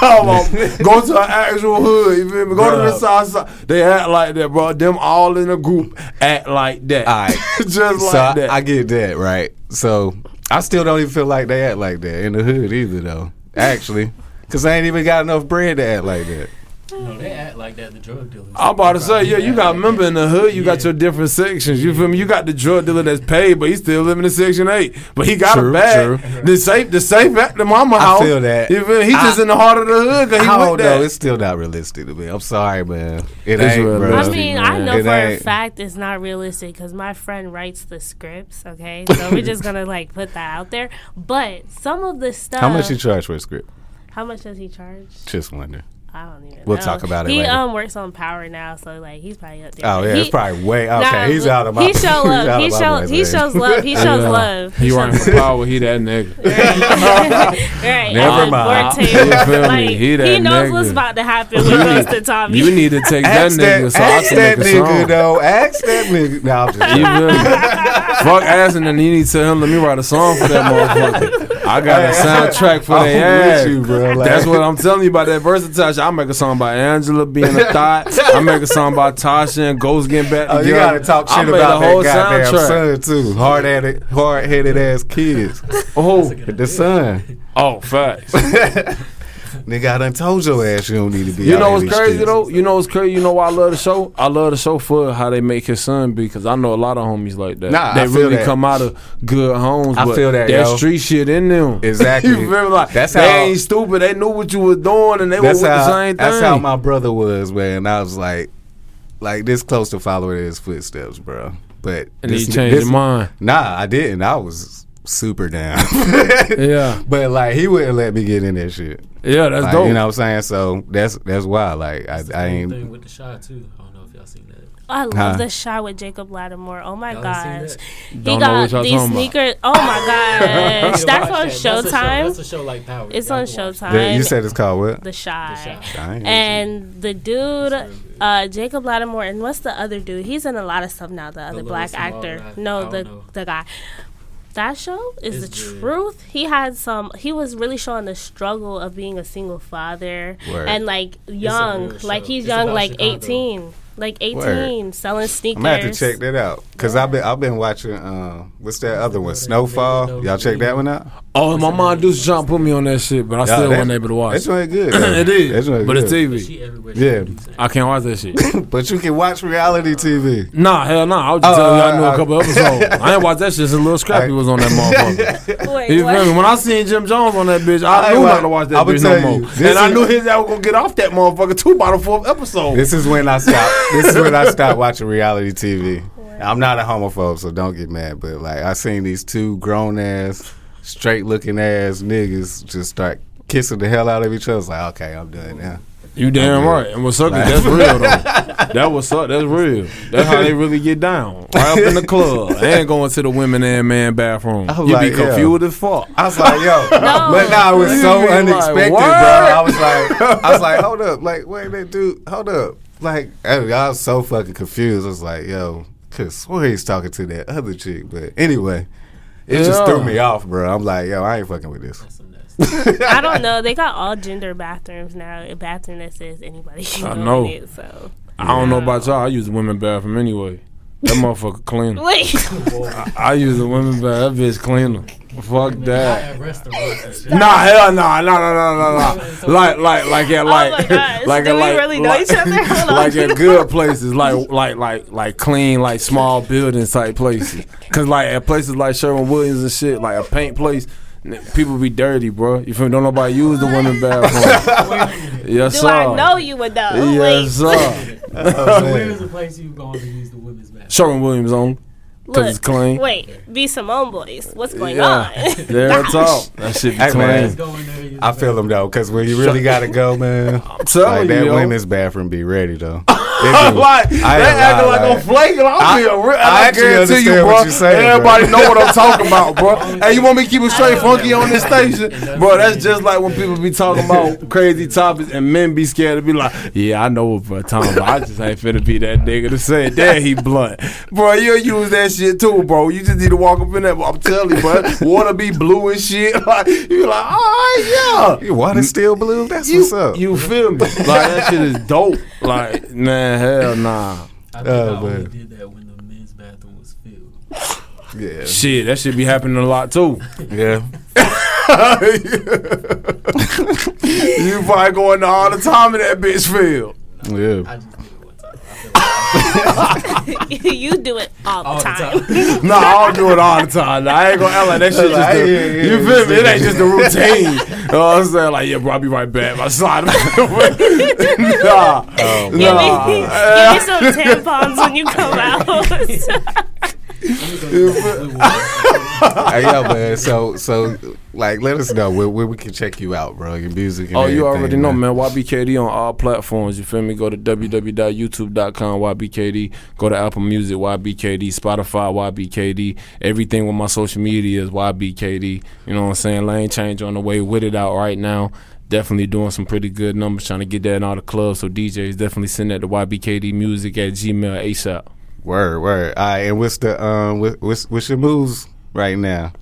Speaker 3: Come on, go to an actual hood. You feel me? Go to the
Speaker 2: Bruh.
Speaker 3: south side. They act like that, bro. Them all in a group act like that.
Speaker 2: All right.
Speaker 3: Just like
Speaker 2: so I-
Speaker 3: that.
Speaker 2: I get that, right? So I still don't even feel like they act like that in the hood either, though. Actually, because I ain't even got enough bread to act like that.
Speaker 4: No, they act like that. The drug dealers.
Speaker 3: I'm about to say, yeah,
Speaker 4: They
Speaker 3: you
Speaker 4: act
Speaker 3: got
Speaker 4: like
Speaker 3: remember in the hood, you got
Speaker 4: Yeah.
Speaker 3: your different sections. You feel me? You got the drug dealer that's paid, but he still living in section eight. But he got
Speaker 2: True,
Speaker 3: a
Speaker 2: true.
Speaker 3: bag. The safe, the safe at the mama
Speaker 2: I
Speaker 3: house.
Speaker 2: feel that.
Speaker 3: You feel me? He just
Speaker 2: I-
Speaker 3: in the heart of the hood. 'cause He
Speaker 2: How
Speaker 3: with that.
Speaker 2: though? It's still not realistic to me. I'm sorry, man. It
Speaker 3: It's
Speaker 2: ain't, bro.
Speaker 1: I
Speaker 3: realistic.
Speaker 1: mean,
Speaker 3: man.
Speaker 1: I know
Speaker 2: It
Speaker 1: for
Speaker 2: ain't.
Speaker 1: a fact it's not realistic because my friend writes the scripts. Okay, so we're just gonna like put that out there. But some of the stuff.
Speaker 2: How much you charge for a script?
Speaker 1: how much does he charge?
Speaker 2: Just wonder.
Speaker 1: I don't even.
Speaker 2: We'll
Speaker 1: know.
Speaker 2: talk about it
Speaker 1: He
Speaker 2: later.
Speaker 1: um works on Power now, so like he's probably up there.
Speaker 2: Oh yeah,
Speaker 1: he,
Speaker 2: it's probably way okay.
Speaker 1: nah,
Speaker 2: he's
Speaker 1: look,
Speaker 2: out of my.
Speaker 1: He show
Speaker 2: he's out
Speaker 1: love. He
Speaker 2: of my
Speaker 1: show.
Speaker 2: price
Speaker 1: He
Speaker 2: range.
Speaker 1: shows love. He shows
Speaker 3: Yeah.
Speaker 1: love.
Speaker 3: He
Speaker 1: shows
Speaker 3: running for power. He that nigga.
Speaker 1: Right. um,
Speaker 3: Never
Speaker 1: Never
Speaker 2: mind.
Speaker 1: mind.
Speaker 3: You feel me?
Speaker 1: Like,
Speaker 3: He
Speaker 1: he,
Speaker 3: that
Speaker 1: knows what's
Speaker 3: nigga.
Speaker 1: about to happen when it goes to Tommy.
Speaker 3: You need to take that
Speaker 2: Ask that,
Speaker 3: nigga so I
Speaker 2: ask
Speaker 3: can
Speaker 2: that
Speaker 3: make a
Speaker 2: nigga
Speaker 3: song.
Speaker 2: though. Ask that nigga. No, I'm just.
Speaker 3: You feel me? Fuck ass and then you need to tell him let me write a song for that motherfucker. I got a soundtrack for
Speaker 2: I'm
Speaker 3: that
Speaker 2: with
Speaker 3: ass.
Speaker 2: you, bro. Like,
Speaker 3: That's what I'm telling you about that versatile. shit. I make a song about Angela being a thought. I make a song about Tasha and Ghost getting back
Speaker 2: Oh,
Speaker 3: together.
Speaker 2: you gotta talk
Speaker 3: I
Speaker 2: shit
Speaker 3: made
Speaker 2: about
Speaker 3: a whole
Speaker 2: that goddamn
Speaker 3: soundtrack.
Speaker 2: son too. Hard headed, hard headed ass kids.
Speaker 3: Oh,
Speaker 2: The son,
Speaker 3: oh, facts.
Speaker 2: nigga, I done told your ass you don't need to be.
Speaker 3: You
Speaker 2: out
Speaker 3: know
Speaker 2: in
Speaker 3: what's
Speaker 2: these
Speaker 3: crazy
Speaker 2: streets.
Speaker 3: though? You know what's crazy? You know why I love the show? I love the show for how they make his son because I know a lot of homies like that.
Speaker 2: Nah, I
Speaker 3: they
Speaker 2: feel
Speaker 3: really
Speaker 2: that.
Speaker 3: come out of good homes.
Speaker 2: I
Speaker 3: but
Speaker 2: feel that, yo.
Speaker 3: street shit in them.
Speaker 2: Exactly.
Speaker 3: you feel me? Like
Speaker 2: That's
Speaker 3: they
Speaker 2: how-
Speaker 3: ain't stupid. They knew what you was doing and they were
Speaker 2: That's
Speaker 3: with
Speaker 2: how.
Speaker 3: the same thing.
Speaker 2: That's how my brother was, man. I was like, like this close to following his footsteps, bro. But
Speaker 3: and
Speaker 2: this,
Speaker 3: he changed
Speaker 2: this-
Speaker 3: his mind.
Speaker 2: Nah, I didn't. I was super down.
Speaker 3: Yeah,
Speaker 2: But like he wouldn't let me get in that shit.
Speaker 3: yeah, that's
Speaker 2: Like,
Speaker 3: dope.
Speaker 2: you know what I'm saying? So that's that's why. Like I,
Speaker 4: It's the
Speaker 2: I
Speaker 4: same
Speaker 2: ain't.
Speaker 4: Thing with the shot too. I don't know if y'all seen that.
Speaker 1: I love
Speaker 2: Huh?
Speaker 1: the shot with Jacob Lattimore. Oh my
Speaker 4: Y'all ain't
Speaker 1: gosh.
Speaker 4: seen
Speaker 1: He
Speaker 3: Don't know
Speaker 1: got
Speaker 3: what y'all
Speaker 1: these
Speaker 3: talking about.
Speaker 1: sneakers. Oh my
Speaker 4: that?
Speaker 1: gosh. That's on
Speaker 4: That's a show, that's
Speaker 1: Showtime.
Speaker 4: a show like Power.
Speaker 1: It's
Speaker 4: Y'all
Speaker 1: on
Speaker 4: can watch
Speaker 1: Showtime.
Speaker 2: The- you said it's called what?
Speaker 1: The
Speaker 4: The
Speaker 1: Shy.
Speaker 4: Shot.
Speaker 2: I ain't-
Speaker 1: And the dude, uh, Jacob Lattimore, and what's the other dude? He's in a lot of stuff now. The other
Speaker 4: little
Speaker 1: black
Speaker 4: small
Speaker 1: actor.
Speaker 4: guy. I
Speaker 1: No,
Speaker 4: don't
Speaker 1: the
Speaker 4: know.
Speaker 1: the guy. That show is
Speaker 4: It's
Speaker 1: the
Speaker 4: good.
Speaker 1: truth. He had some. He was really showing the struggle of being a single father
Speaker 2: Word.
Speaker 1: and like young,
Speaker 4: real
Speaker 1: like
Speaker 4: show.
Speaker 1: he's
Speaker 4: It's
Speaker 1: young,
Speaker 4: about
Speaker 1: like
Speaker 4: Chicago.
Speaker 1: eighteen, like
Speaker 2: Word.
Speaker 1: eighteen, selling
Speaker 2: I'm
Speaker 1: sneakers.
Speaker 2: gonna have to check that out because I've been I've been watching. Uh, what's that other one? Snowfall. Y'all check that one out.
Speaker 3: oh, my mom do John put me on that shit, but I
Speaker 2: Y'all,
Speaker 3: still
Speaker 2: that-
Speaker 3: wasn't able to watch.
Speaker 2: That's really good.
Speaker 3: it is,
Speaker 2: That's really
Speaker 3: but it's
Speaker 2: good.
Speaker 4: But
Speaker 3: TV.
Speaker 4: she everywhere.
Speaker 2: Yeah.
Speaker 3: I can't watch that shit.
Speaker 2: But you can watch reality TV.
Speaker 3: Nah, hell nah. I was just
Speaker 2: Oh,
Speaker 3: telling you I
Speaker 2: uh,
Speaker 3: knew
Speaker 2: uh,
Speaker 3: a couple episodes. I ain't watched that shit since Lil Scrappy was on that motherfucker.
Speaker 1: Wait,
Speaker 3: You
Speaker 1: what?
Speaker 3: feel me? When I seen Jim Jones on that bitch, I,
Speaker 2: I
Speaker 3: knew
Speaker 2: wa-
Speaker 3: not to watch
Speaker 2: I
Speaker 3: that
Speaker 2: would
Speaker 3: bitch
Speaker 2: tell
Speaker 3: no more.
Speaker 2: you,
Speaker 3: And
Speaker 2: this
Speaker 3: I
Speaker 2: is-
Speaker 3: knew his ass was gonna get off that motherfucker two by the fourth episode.
Speaker 2: This is when I stopped. this is when I stopped watching reality TV. I'm not a homophobe, so don't get mad. But like I seen these two grown ass, straight looking ass niggas just start kissing the hell out of each other. It's like okay, I'm done now.
Speaker 3: you damn
Speaker 2: I did.
Speaker 3: right. And what's up? That's real though. That what's up. That's real. That's how they really get down. Right up in the club. They ain't going to the women and man bathroom.
Speaker 2: I
Speaker 3: You
Speaker 2: was
Speaker 3: be
Speaker 2: like, yeah.
Speaker 3: confused as fuck.
Speaker 2: I was like, yo, but nah, it was so
Speaker 3: You be like,
Speaker 2: unexpected,
Speaker 3: what?
Speaker 2: bro. I was like, I was like, hold up, like, wait, that dude, hold up, like, I I was so fucking confused. I was like, yo, cause swear he's talking to that other chick, but anyway, it just
Speaker 3: Yeah.
Speaker 2: threw me off, bro. I'm like, yo, I ain't fucking with this.
Speaker 1: I don't know. They got all gender bathrooms now. A bathroom that says anybody can
Speaker 3: I
Speaker 1: go
Speaker 3: know.
Speaker 1: in it. So
Speaker 3: I don't know about y'all. I use the women bathroom anyway. That motherfucker cleaner.
Speaker 1: wait,
Speaker 3: I use the women bathroom. That bitch cleaner. Fuck that.
Speaker 4: At restaurants and shit.
Speaker 3: Nah, hell nah, nah, nah, nah, nah, nah. Like, like, like, yeah, like,
Speaker 1: Oh my gosh.
Speaker 3: like,
Speaker 1: Do
Speaker 3: at,
Speaker 1: we
Speaker 3: like,
Speaker 1: really know
Speaker 3: like,
Speaker 1: each other? Hold on.
Speaker 3: like at good places, like, like, like, like clean, like small buildings type places. Cause like at places like Sherwin Williams and shit, like a paint place, n- people be dirty, bro. You feel me? Don't nobody use the women bathroom. yes,
Speaker 1: do
Speaker 3: sir.
Speaker 1: I know you would know? Wait,
Speaker 3: Yes, sir.
Speaker 2: Oh, man.
Speaker 4: Where's the place you going to use the women's bathroom?
Speaker 3: Sherwin Williams on. Cause it's clean.
Speaker 1: Wait, be Simone boys. What's going
Speaker 3: Yeah.
Speaker 1: on?
Speaker 3: There it's all. That shit be
Speaker 2: Hey, man.
Speaker 3: clean.
Speaker 4: Go in there. use
Speaker 2: I
Speaker 4: the
Speaker 2: feel him though, cause when you really gotta go, man,
Speaker 3: I'm telling
Speaker 2: like that
Speaker 3: you, Oh, yo.
Speaker 2: women's bathroom be ready though.
Speaker 3: I'm like, they
Speaker 2: I ain't
Speaker 3: acting
Speaker 2: lying,
Speaker 3: like I'm
Speaker 2: like-
Speaker 3: flaking. I'll be a real.
Speaker 2: I
Speaker 3: I,
Speaker 2: actually
Speaker 3: guarantee you,
Speaker 2: understand
Speaker 3: bro.
Speaker 2: what you're saying, bro.
Speaker 3: Everybody know what I'm talking about, bro. hey, you want me to keep it straight funky on this station,
Speaker 4: And that's
Speaker 3: bro?
Speaker 4: what
Speaker 3: That's
Speaker 4: it
Speaker 3: just
Speaker 4: is.
Speaker 3: like when people be talking about crazy topics and men be scared to be like, "Yeah, I know what bro, talking about. I just ain't finna be that nigga to say it." There he blunt, bro. You use that shit too, bro. You just need to walk up in that. I'm telling you, bro. Water be blue and shit. Like you like, all right, yeah.
Speaker 2: Your water still blue? That's
Speaker 3: You,
Speaker 2: what's up.
Speaker 3: you feel me? Like that shit is dope. Like man, hell nah.
Speaker 4: I think
Speaker 2: Oh,
Speaker 4: I only
Speaker 2: man.
Speaker 4: did that when the men's bathroom was filled.
Speaker 2: yeah,
Speaker 3: Shit, that shoit be happening a lot too.
Speaker 2: yeah.
Speaker 3: you probably going all the time in that bitch field.
Speaker 2: Yeah.
Speaker 4: I just did it one time.
Speaker 1: you do it all,
Speaker 4: All
Speaker 1: the
Speaker 4: the
Speaker 1: time.
Speaker 4: time.
Speaker 3: Nah, I don't do it all the time. Nah, I ain't gonna act like that shit.
Speaker 2: Like,
Speaker 3: just the,
Speaker 2: yeah, yeah,
Speaker 3: you feel me? It ain't just the routine.
Speaker 2: yeah.
Speaker 3: you know what I'm saying? Like, yeah, bro, I'll be right back. My slide. nah,
Speaker 2: Oh,
Speaker 1: Give me,
Speaker 3: nah.
Speaker 1: give me some tampons when you come out.
Speaker 4: Let me go to the blue one.
Speaker 2: hey, yo, man. So, so, like, let us know where, where we can check you out, bro. Your music. And
Speaker 3: Oh, you already
Speaker 2: everything,
Speaker 3: know, man. YBKD on all platforms. You feel me? Go to www.youtube.com, YBKD. Go to Apple Music, YBKD. Spotify, YBKD. Everything with my social media is YBKD. You know what I'm saying? Lane change on the way with it out right now. Definitely doing some pretty good numbers, trying to get that in all the clubs. So DJs definitely send that to YBKD Music at Gmail ASAP.
Speaker 2: Word, word. All right, and what's the um, what, what's what's your moves right now?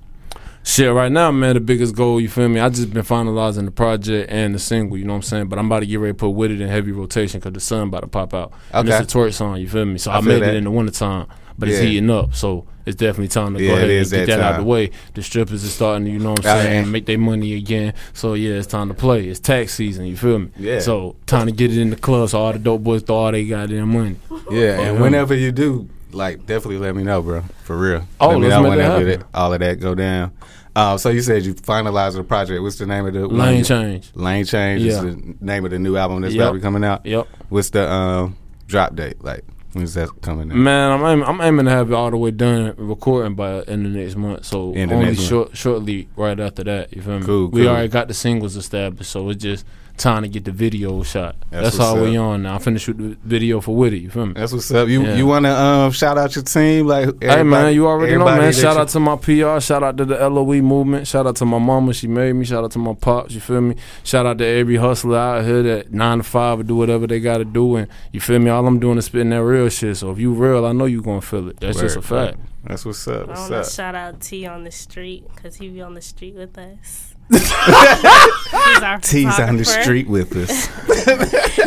Speaker 3: Shit, right now, man, the biggest goal, you feel me? I just been finalizing the project and the single, you know what I'm saying? But I'm about to get ready to put with it in heavy rotation because the sun about to pop out. And
Speaker 2: Okay.
Speaker 3: it's a torch song, you feel me? So I,
Speaker 2: feel
Speaker 3: made
Speaker 2: that.
Speaker 3: it in the wintertime, but it's
Speaker 2: Yeah.
Speaker 3: heating up. So it's definitely time to
Speaker 2: Yeah,
Speaker 3: go
Speaker 2: it
Speaker 3: ahead
Speaker 2: is
Speaker 3: and get
Speaker 2: that
Speaker 3: that out of
Speaker 2: time.
Speaker 3: the way. The strippers is starting, to, you know what I'm
Speaker 2: Oh,
Speaker 3: saying?
Speaker 2: yeah.
Speaker 3: Make their money again. So yeah, it's time to play. It's tax season, you feel me?
Speaker 2: Yeah.
Speaker 3: So time to get it in the club so all the dope boys throw all they got in money.
Speaker 2: Yeah, and
Speaker 3: yeah.
Speaker 2: whenever you do, like, definitely let me know, bro. For real.
Speaker 3: Oh,
Speaker 2: let me
Speaker 3: let's
Speaker 2: know
Speaker 3: make that
Speaker 2: whenever
Speaker 3: happen.
Speaker 2: that- all of that go down. Um, so you said you finalized the project. What's the name of the
Speaker 3: Lane change.
Speaker 2: Lane Change is
Speaker 3: Yeah.
Speaker 2: the name of the new album that's
Speaker 3: Yep.
Speaker 2: probably coming out.
Speaker 3: Yep.
Speaker 2: What's the um, drop date? Like, when's that coming out?
Speaker 3: Man, I'm aiming, I'm aiming to have it all the way done recording by end of next month. So
Speaker 2: End of
Speaker 3: only
Speaker 2: next month.
Speaker 3: short, shortly right after that. You feel me?
Speaker 2: Cool,
Speaker 3: we
Speaker 2: cool.
Speaker 3: already got the singles established, so it's just time to get the video shot.
Speaker 2: That's
Speaker 3: That's,
Speaker 2: what's
Speaker 3: all we
Speaker 2: up.
Speaker 3: on now. I'm finna shoot the video for Witty. You feel me?
Speaker 2: That's what's up. You
Speaker 3: Yeah.
Speaker 2: you want to um, shout out your team? Like,
Speaker 3: Hey man, you already know, man. Shout out
Speaker 2: To
Speaker 3: to my PR, shout out to the LOE movement, shout out to my mama, she made me, shout out to my pops, you feel me? Shout out to every hustler out here that nine to five or do whatever they gotta do and you feel me, all I'm doing is spitting that real shit. So if you real, I know you gonna feel it. That's just a
Speaker 2: Word,
Speaker 3: fact.
Speaker 2: That's what's up.
Speaker 1: I
Speaker 2: What's
Speaker 1: want
Speaker 2: up?
Speaker 1: to shout out T on the street because he be on the street with us. He's our
Speaker 2: T's on the
Speaker 1: photographer.
Speaker 2: street with us.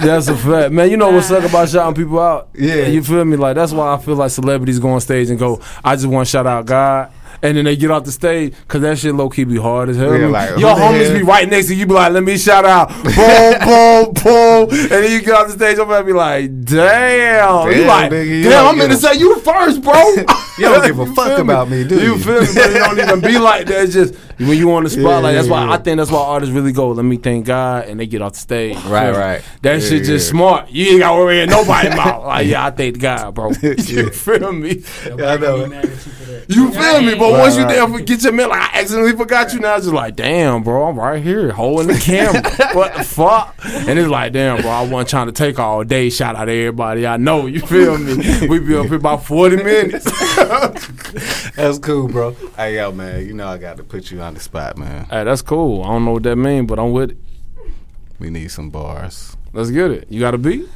Speaker 3: That's a fact, man. You know what's up about shouting people out?
Speaker 2: Yeah.
Speaker 3: you feel me? Like that's why I feel like celebrities go on stage and go, "I just want to shout out God," and then they get off the stage because that shit low key be hard as hell.
Speaker 2: Yeah, like, who
Speaker 3: Your
Speaker 2: the
Speaker 3: homies
Speaker 2: hell?
Speaker 3: be right next to you, be like, "Let me shout out," boom, boom, boom, and then you get off the stage, I'm gonna be like, "Damn,", you
Speaker 2: Damn,
Speaker 3: like,
Speaker 2: nigga, you
Speaker 3: "Damn,
Speaker 2: don't
Speaker 3: I'm
Speaker 2: give
Speaker 3: gonna
Speaker 2: a-
Speaker 3: say you first, bro."
Speaker 2: You don't give a
Speaker 3: You
Speaker 2: fuck
Speaker 3: feel
Speaker 2: about me, do you?
Speaker 3: You feel me? So you don't even be like that. It's just when you on the spotlight.
Speaker 2: yeah,
Speaker 3: that's why
Speaker 2: yeah.
Speaker 3: I think that's why artists really go. Let me thank God, and they get off the stage.
Speaker 2: Right,
Speaker 3: Feel me?
Speaker 2: right.
Speaker 3: That
Speaker 2: Yeah,
Speaker 3: shit just
Speaker 2: yeah.
Speaker 3: smart. You ain't got to worry in nobody's mouth. Like, yeah, I thank God, bro. you
Speaker 2: Yeah.
Speaker 3: feel me?
Speaker 4: Nobody
Speaker 2: I know.
Speaker 4: can be mad at you for that.
Speaker 3: You feel me? But
Speaker 2: Right,
Speaker 3: once you
Speaker 2: right.
Speaker 3: there, forget your man. Like, I accidentally forgot you. Now it's just like, damn, bro, I'm right here holding the camera. what the fuck? And it's like, damn, bro, I wasn't trying to take all day. Shout out to everybody I know. You feel me? we be up here about 40 minutes.
Speaker 2: That's cool, bro. Hey, yo, man. You know I got to put you on the spot, man.
Speaker 3: hey, that's cool. I don't know what that means, but I'm with it.
Speaker 2: We need some bars.
Speaker 3: Let's get it. You got a beat?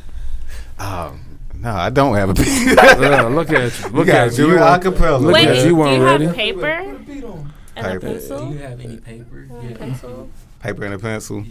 Speaker 2: Um, no, I don't have a beat.
Speaker 3: Yeah, look at you.
Speaker 2: you
Speaker 3: Look
Speaker 2: gotta
Speaker 3: at you.
Speaker 2: do
Speaker 3: You
Speaker 2: it
Speaker 3: are-
Speaker 2: acapella.
Speaker 3: Look
Speaker 1: Wait,
Speaker 3: at
Speaker 2: bro.
Speaker 3: you.
Speaker 1: do
Speaker 3: weren't
Speaker 1: you
Speaker 3: ready.
Speaker 1: have
Speaker 4: Put a
Speaker 1: paper
Speaker 4: beat on.
Speaker 1: and a
Speaker 2: Paper.
Speaker 4: Do you
Speaker 1: pencil?
Speaker 4: have any paper?
Speaker 1: Pencil?
Speaker 2: Paper and a pencil.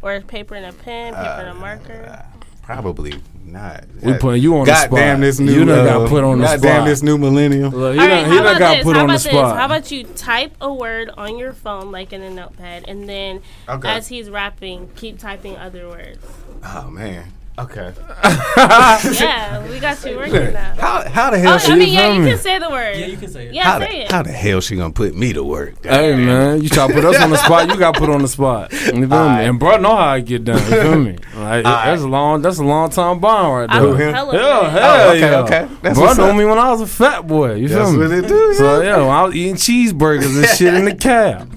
Speaker 1: Or paper and a pen, paper and a
Speaker 4: Ah,
Speaker 1: marker?
Speaker 2: Probably not.
Speaker 3: We putting you on the
Speaker 2: God
Speaker 3: spot.
Speaker 2: damn this new.
Speaker 3: You done
Speaker 2: uh,
Speaker 3: got put on the
Speaker 2: God
Speaker 3: spot.
Speaker 2: damn this new millennium.
Speaker 3: Look, he
Speaker 1: All
Speaker 3: done,
Speaker 1: right,
Speaker 3: he
Speaker 1: how
Speaker 3: done
Speaker 1: about
Speaker 3: got
Speaker 1: this?
Speaker 3: put
Speaker 1: how
Speaker 3: on the
Speaker 1: about this?
Speaker 3: spot.
Speaker 1: How about you type a word on your phone, like in a notepad, and then
Speaker 2: Okay.
Speaker 1: as he's rapping, keep typing other words.
Speaker 2: Oh man. Okay.
Speaker 1: yeah, we got you working now.
Speaker 2: How how the hell
Speaker 1: Oh,
Speaker 2: she
Speaker 1: I mean, yeah,
Speaker 3: from
Speaker 1: you
Speaker 3: me.
Speaker 1: can say the word.
Speaker 4: Yeah, you can say it.
Speaker 1: Yeah,
Speaker 2: how
Speaker 1: say
Speaker 2: the,
Speaker 1: it.
Speaker 2: how the hell she gonna put me to work?
Speaker 3: Hey man, you try to put us on the spot, you got put on the spot. You feel me?
Speaker 2: Alright.
Speaker 3: And bro know how I get down. You feel me? Like, that's a long, that's a long time bond right
Speaker 1: I'm
Speaker 3: there.
Speaker 2: him?
Speaker 1: hella
Speaker 3: Hell,
Speaker 1: good.
Speaker 3: hell
Speaker 2: Oh, okay,
Speaker 3: yeah.
Speaker 2: okay. That's
Speaker 3: bro
Speaker 2: what's
Speaker 3: know
Speaker 2: up.
Speaker 3: me when I was a fat boy. You
Speaker 2: That's
Speaker 3: feel
Speaker 2: what
Speaker 3: me?
Speaker 2: it do.
Speaker 3: So yeah, when I was eating cheeseburgers and shit in the cab.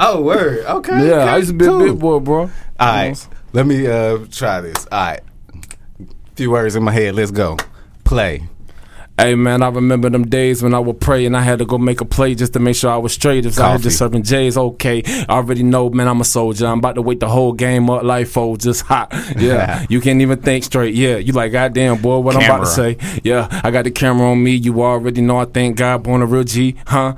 Speaker 2: oh word. Okay.
Speaker 3: Yeah,
Speaker 2: okay,
Speaker 3: I used to be
Speaker 2: cool.
Speaker 3: a big boy, bro.
Speaker 2: All right, let me uh, try this. All right, few words in my head. Let's go. Play.
Speaker 3: Hey man, I remember them days when I would pray and I had to go make a play just to make sure I was straight. If I had
Speaker 2: Coffee.
Speaker 3: just serving J's, okay. I already know, man, I'm a soldier. I'm about to wait the whole game up, life old, just hot. Yeah, you can't even think straight. Yeah, you like, goddamn, boy, what I'm about to
Speaker 2: Camera.
Speaker 3: say. Yeah, I got the camera on me. You already know I thank God, born a real G, huh?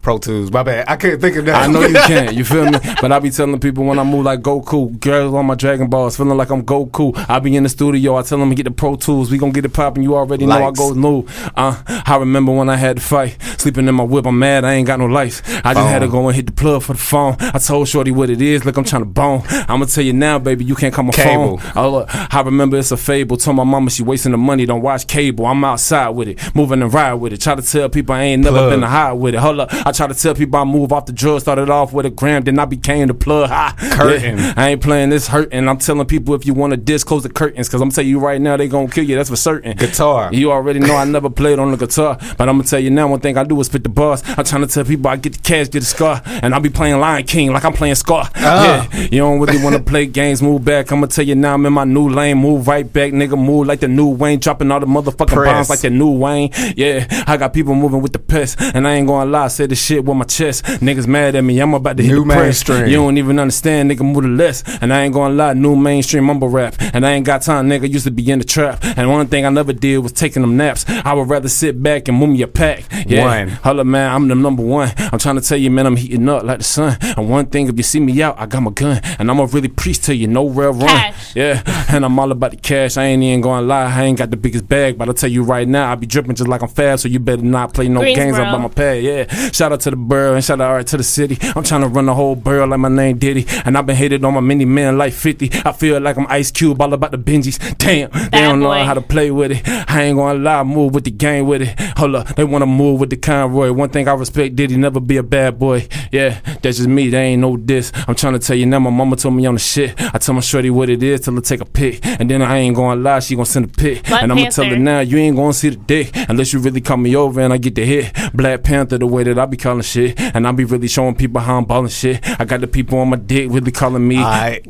Speaker 2: Pro Tools. My bad. I couldn't think of that.
Speaker 3: I know you can't. You feel me? But I be telling people when I move like Goku, girls on my Dragon Balls, feeling like I'm Goku. I be in the studio. I tell them to get the Pro Tools. We gonna get it poppin'. You already know I
Speaker 2: Lights.
Speaker 3: go new. Uh, I remember when I had to fight, sleeping in my whip. I'm mad. I ain't got no lights. I just had to
Speaker 2: Phone.
Speaker 3: go and hit the plug for the phone. I told Shorty what it is. Look, I'm trying to bone. I'ma tell you now, baby. You can't call my
Speaker 2: Cable.
Speaker 3: phone. I, look, I remember it's a fable. Told my mama she wasting the money. Don't watch cable. I'm outside with it, moving and ride with it. Try to tell people I ain't never
Speaker 2: Plug.
Speaker 3: been a high with it. Hold up, I try to tell people I move off the drug. Started off with a gram, then I became the plug. Ha.
Speaker 2: Curtain.
Speaker 3: Yeah, I ain't playing this hurting. I'm telling people if you want to diss, close the curtains. Cause I'm telling you right now, they gonna kill you. That's for certain.
Speaker 2: Guitar.
Speaker 3: You already know I never played on the guitar, but I'm gonna tell you now. One thing I do is spit the bars. I tryna tell people I get the cash, get the scar, and I be playing Lion King like I'm playing Scar.
Speaker 2: Ah.
Speaker 3: Yeah, you don't really wanna play games. Move back. I'm gonna tell you now. I'm in my new lane. Move right back, nigga. Move like the new Wayne, dropping all the motherfucking
Speaker 2: Press.
Speaker 3: bombs like the new Wayne. Yeah, I got people moving with the pest, and I ain't gonna lie. I say this shit with my chest. Niggas mad at me. I'm about to hit
Speaker 2: New
Speaker 3: the press.
Speaker 2: mainstream.
Speaker 3: You don't even understand, nigga. Move the less, and I ain't gonna lie. New mainstream mumble rap, and I ain't got time, nigga. Used to be in the trap, and one thing I never did was taking them naps. I would rather sit back and move me a pack. Yeah,
Speaker 2: One.
Speaker 3: Holla, man, I'm the number one. I'm trying to tell you, man, I'm heating up like the sun. And one thing, if you see me out, I got my gun, and I'ma really preach to you, no real run.
Speaker 1: Cash.
Speaker 3: Yeah, and I'm all about the cash. I ain't even gonna lie, I ain't got the biggest bag, but I tell you right now, I be dripping just like I'm fab. So you better not play no games
Speaker 1: Greensboro.
Speaker 3: about my pad. Yeah, shout out to the borough and shout out right, to the city. I'm trying to run the whole borough like my name Diddy, and I've been hated on my many men like 50. I feel like I'm Ice Cube, all about the Benjis. Damn, they
Speaker 1: Bad
Speaker 3: don't know
Speaker 1: boy.
Speaker 3: how to play with it. I ain't gonna lie, move with the game with it. Hold up, they wanna move with the convoy. One thing I respect, Diddy never be a bad boy. Yeah, that's just me. They ain't no diss. I'm trying to tell you now. My mama told me on the shit. I tell my shorty what it is till I take a pic, and then I ain't gonna lie, she gonna send a pic,
Speaker 1: Black
Speaker 3: and I'm gonna tell her
Speaker 1: Panther.
Speaker 3: now you ain't gonna see the dick unless you really come me over and I get the hit. Black Panther, the way that I be calling shit, and I be really showing people how I'm balling shit. I got the people on my dick really calling me.
Speaker 2: I,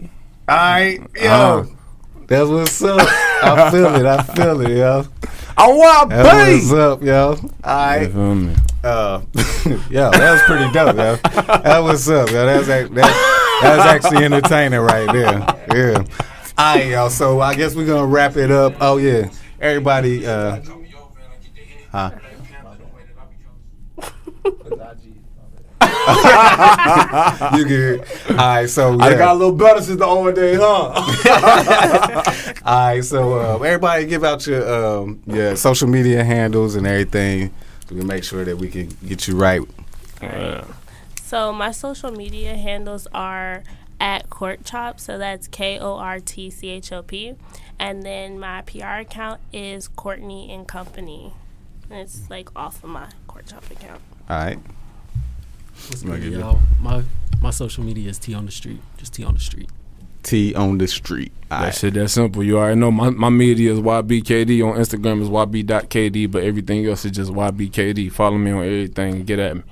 Speaker 2: I, yo,
Speaker 3: Uh.
Speaker 2: Oh, that's what's up. I feel it. I feel it, yo.
Speaker 3: I want
Speaker 2: That's what's up, yo. I, uh, yo, that was pretty dope, yo. That was up, yo. That's ac- that, that's actually entertaining right there. Yeah. All right, y'all. So I guess we're gonna wrap it up. Oh yeah, everybody. Uh, huh. you good? All right, so yeah.
Speaker 3: little better since the old day, huh?
Speaker 2: All right, so uh, everybody give out your um, your social media handles and everything. so We make sure that we can get you right.
Speaker 1: So my social media handles are at Court Chop, so that's K O R T C H O P, and then my PR account is Courtney and Company. And it's like off of my Court Chop account.
Speaker 2: All right.
Speaker 4: What's
Speaker 2: Like
Speaker 4: good,
Speaker 2: it-
Speaker 4: y'all? My my social media is T on the street. Just T on the street.
Speaker 2: T on the street. All
Speaker 3: That
Speaker 2: right.
Speaker 3: shit that simple. You already know my, my media is YBKD. On Instagram is YB.KD, but everything else is just YBKD. Follow me on everything and get at me.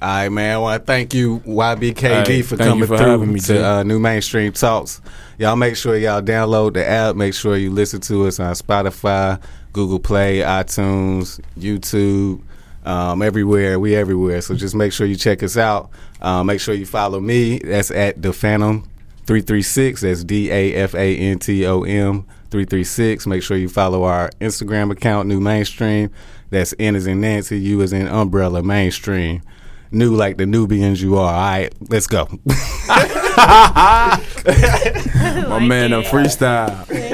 Speaker 2: All right, man. I want to thank you, YBKD,
Speaker 3: All right,
Speaker 2: for
Speaker 3: thank you
Speaker 2: coming
Speaker 3: for
Speaker 2: through
Speaker 3: having me, T.
Speaker 2: to uh, New Mainstream Talks. Y'all make sure y'all download the app. Make sure you listen to us on Spotify, Google Play, iTunes, YouTube, um, everywhere. We everywhere. So just make sure you check us out. Uh, make sure you follow me. That's at the Phantom 336. That's D A F A N T O M 336. Make sure you follow our Instagram account, New Mainstream. That's N is in Nancy, U is in Umbrella Mainstream. New like the Nubians you are. All right, let's go.
Speaker 3: My man, I'm freestyle.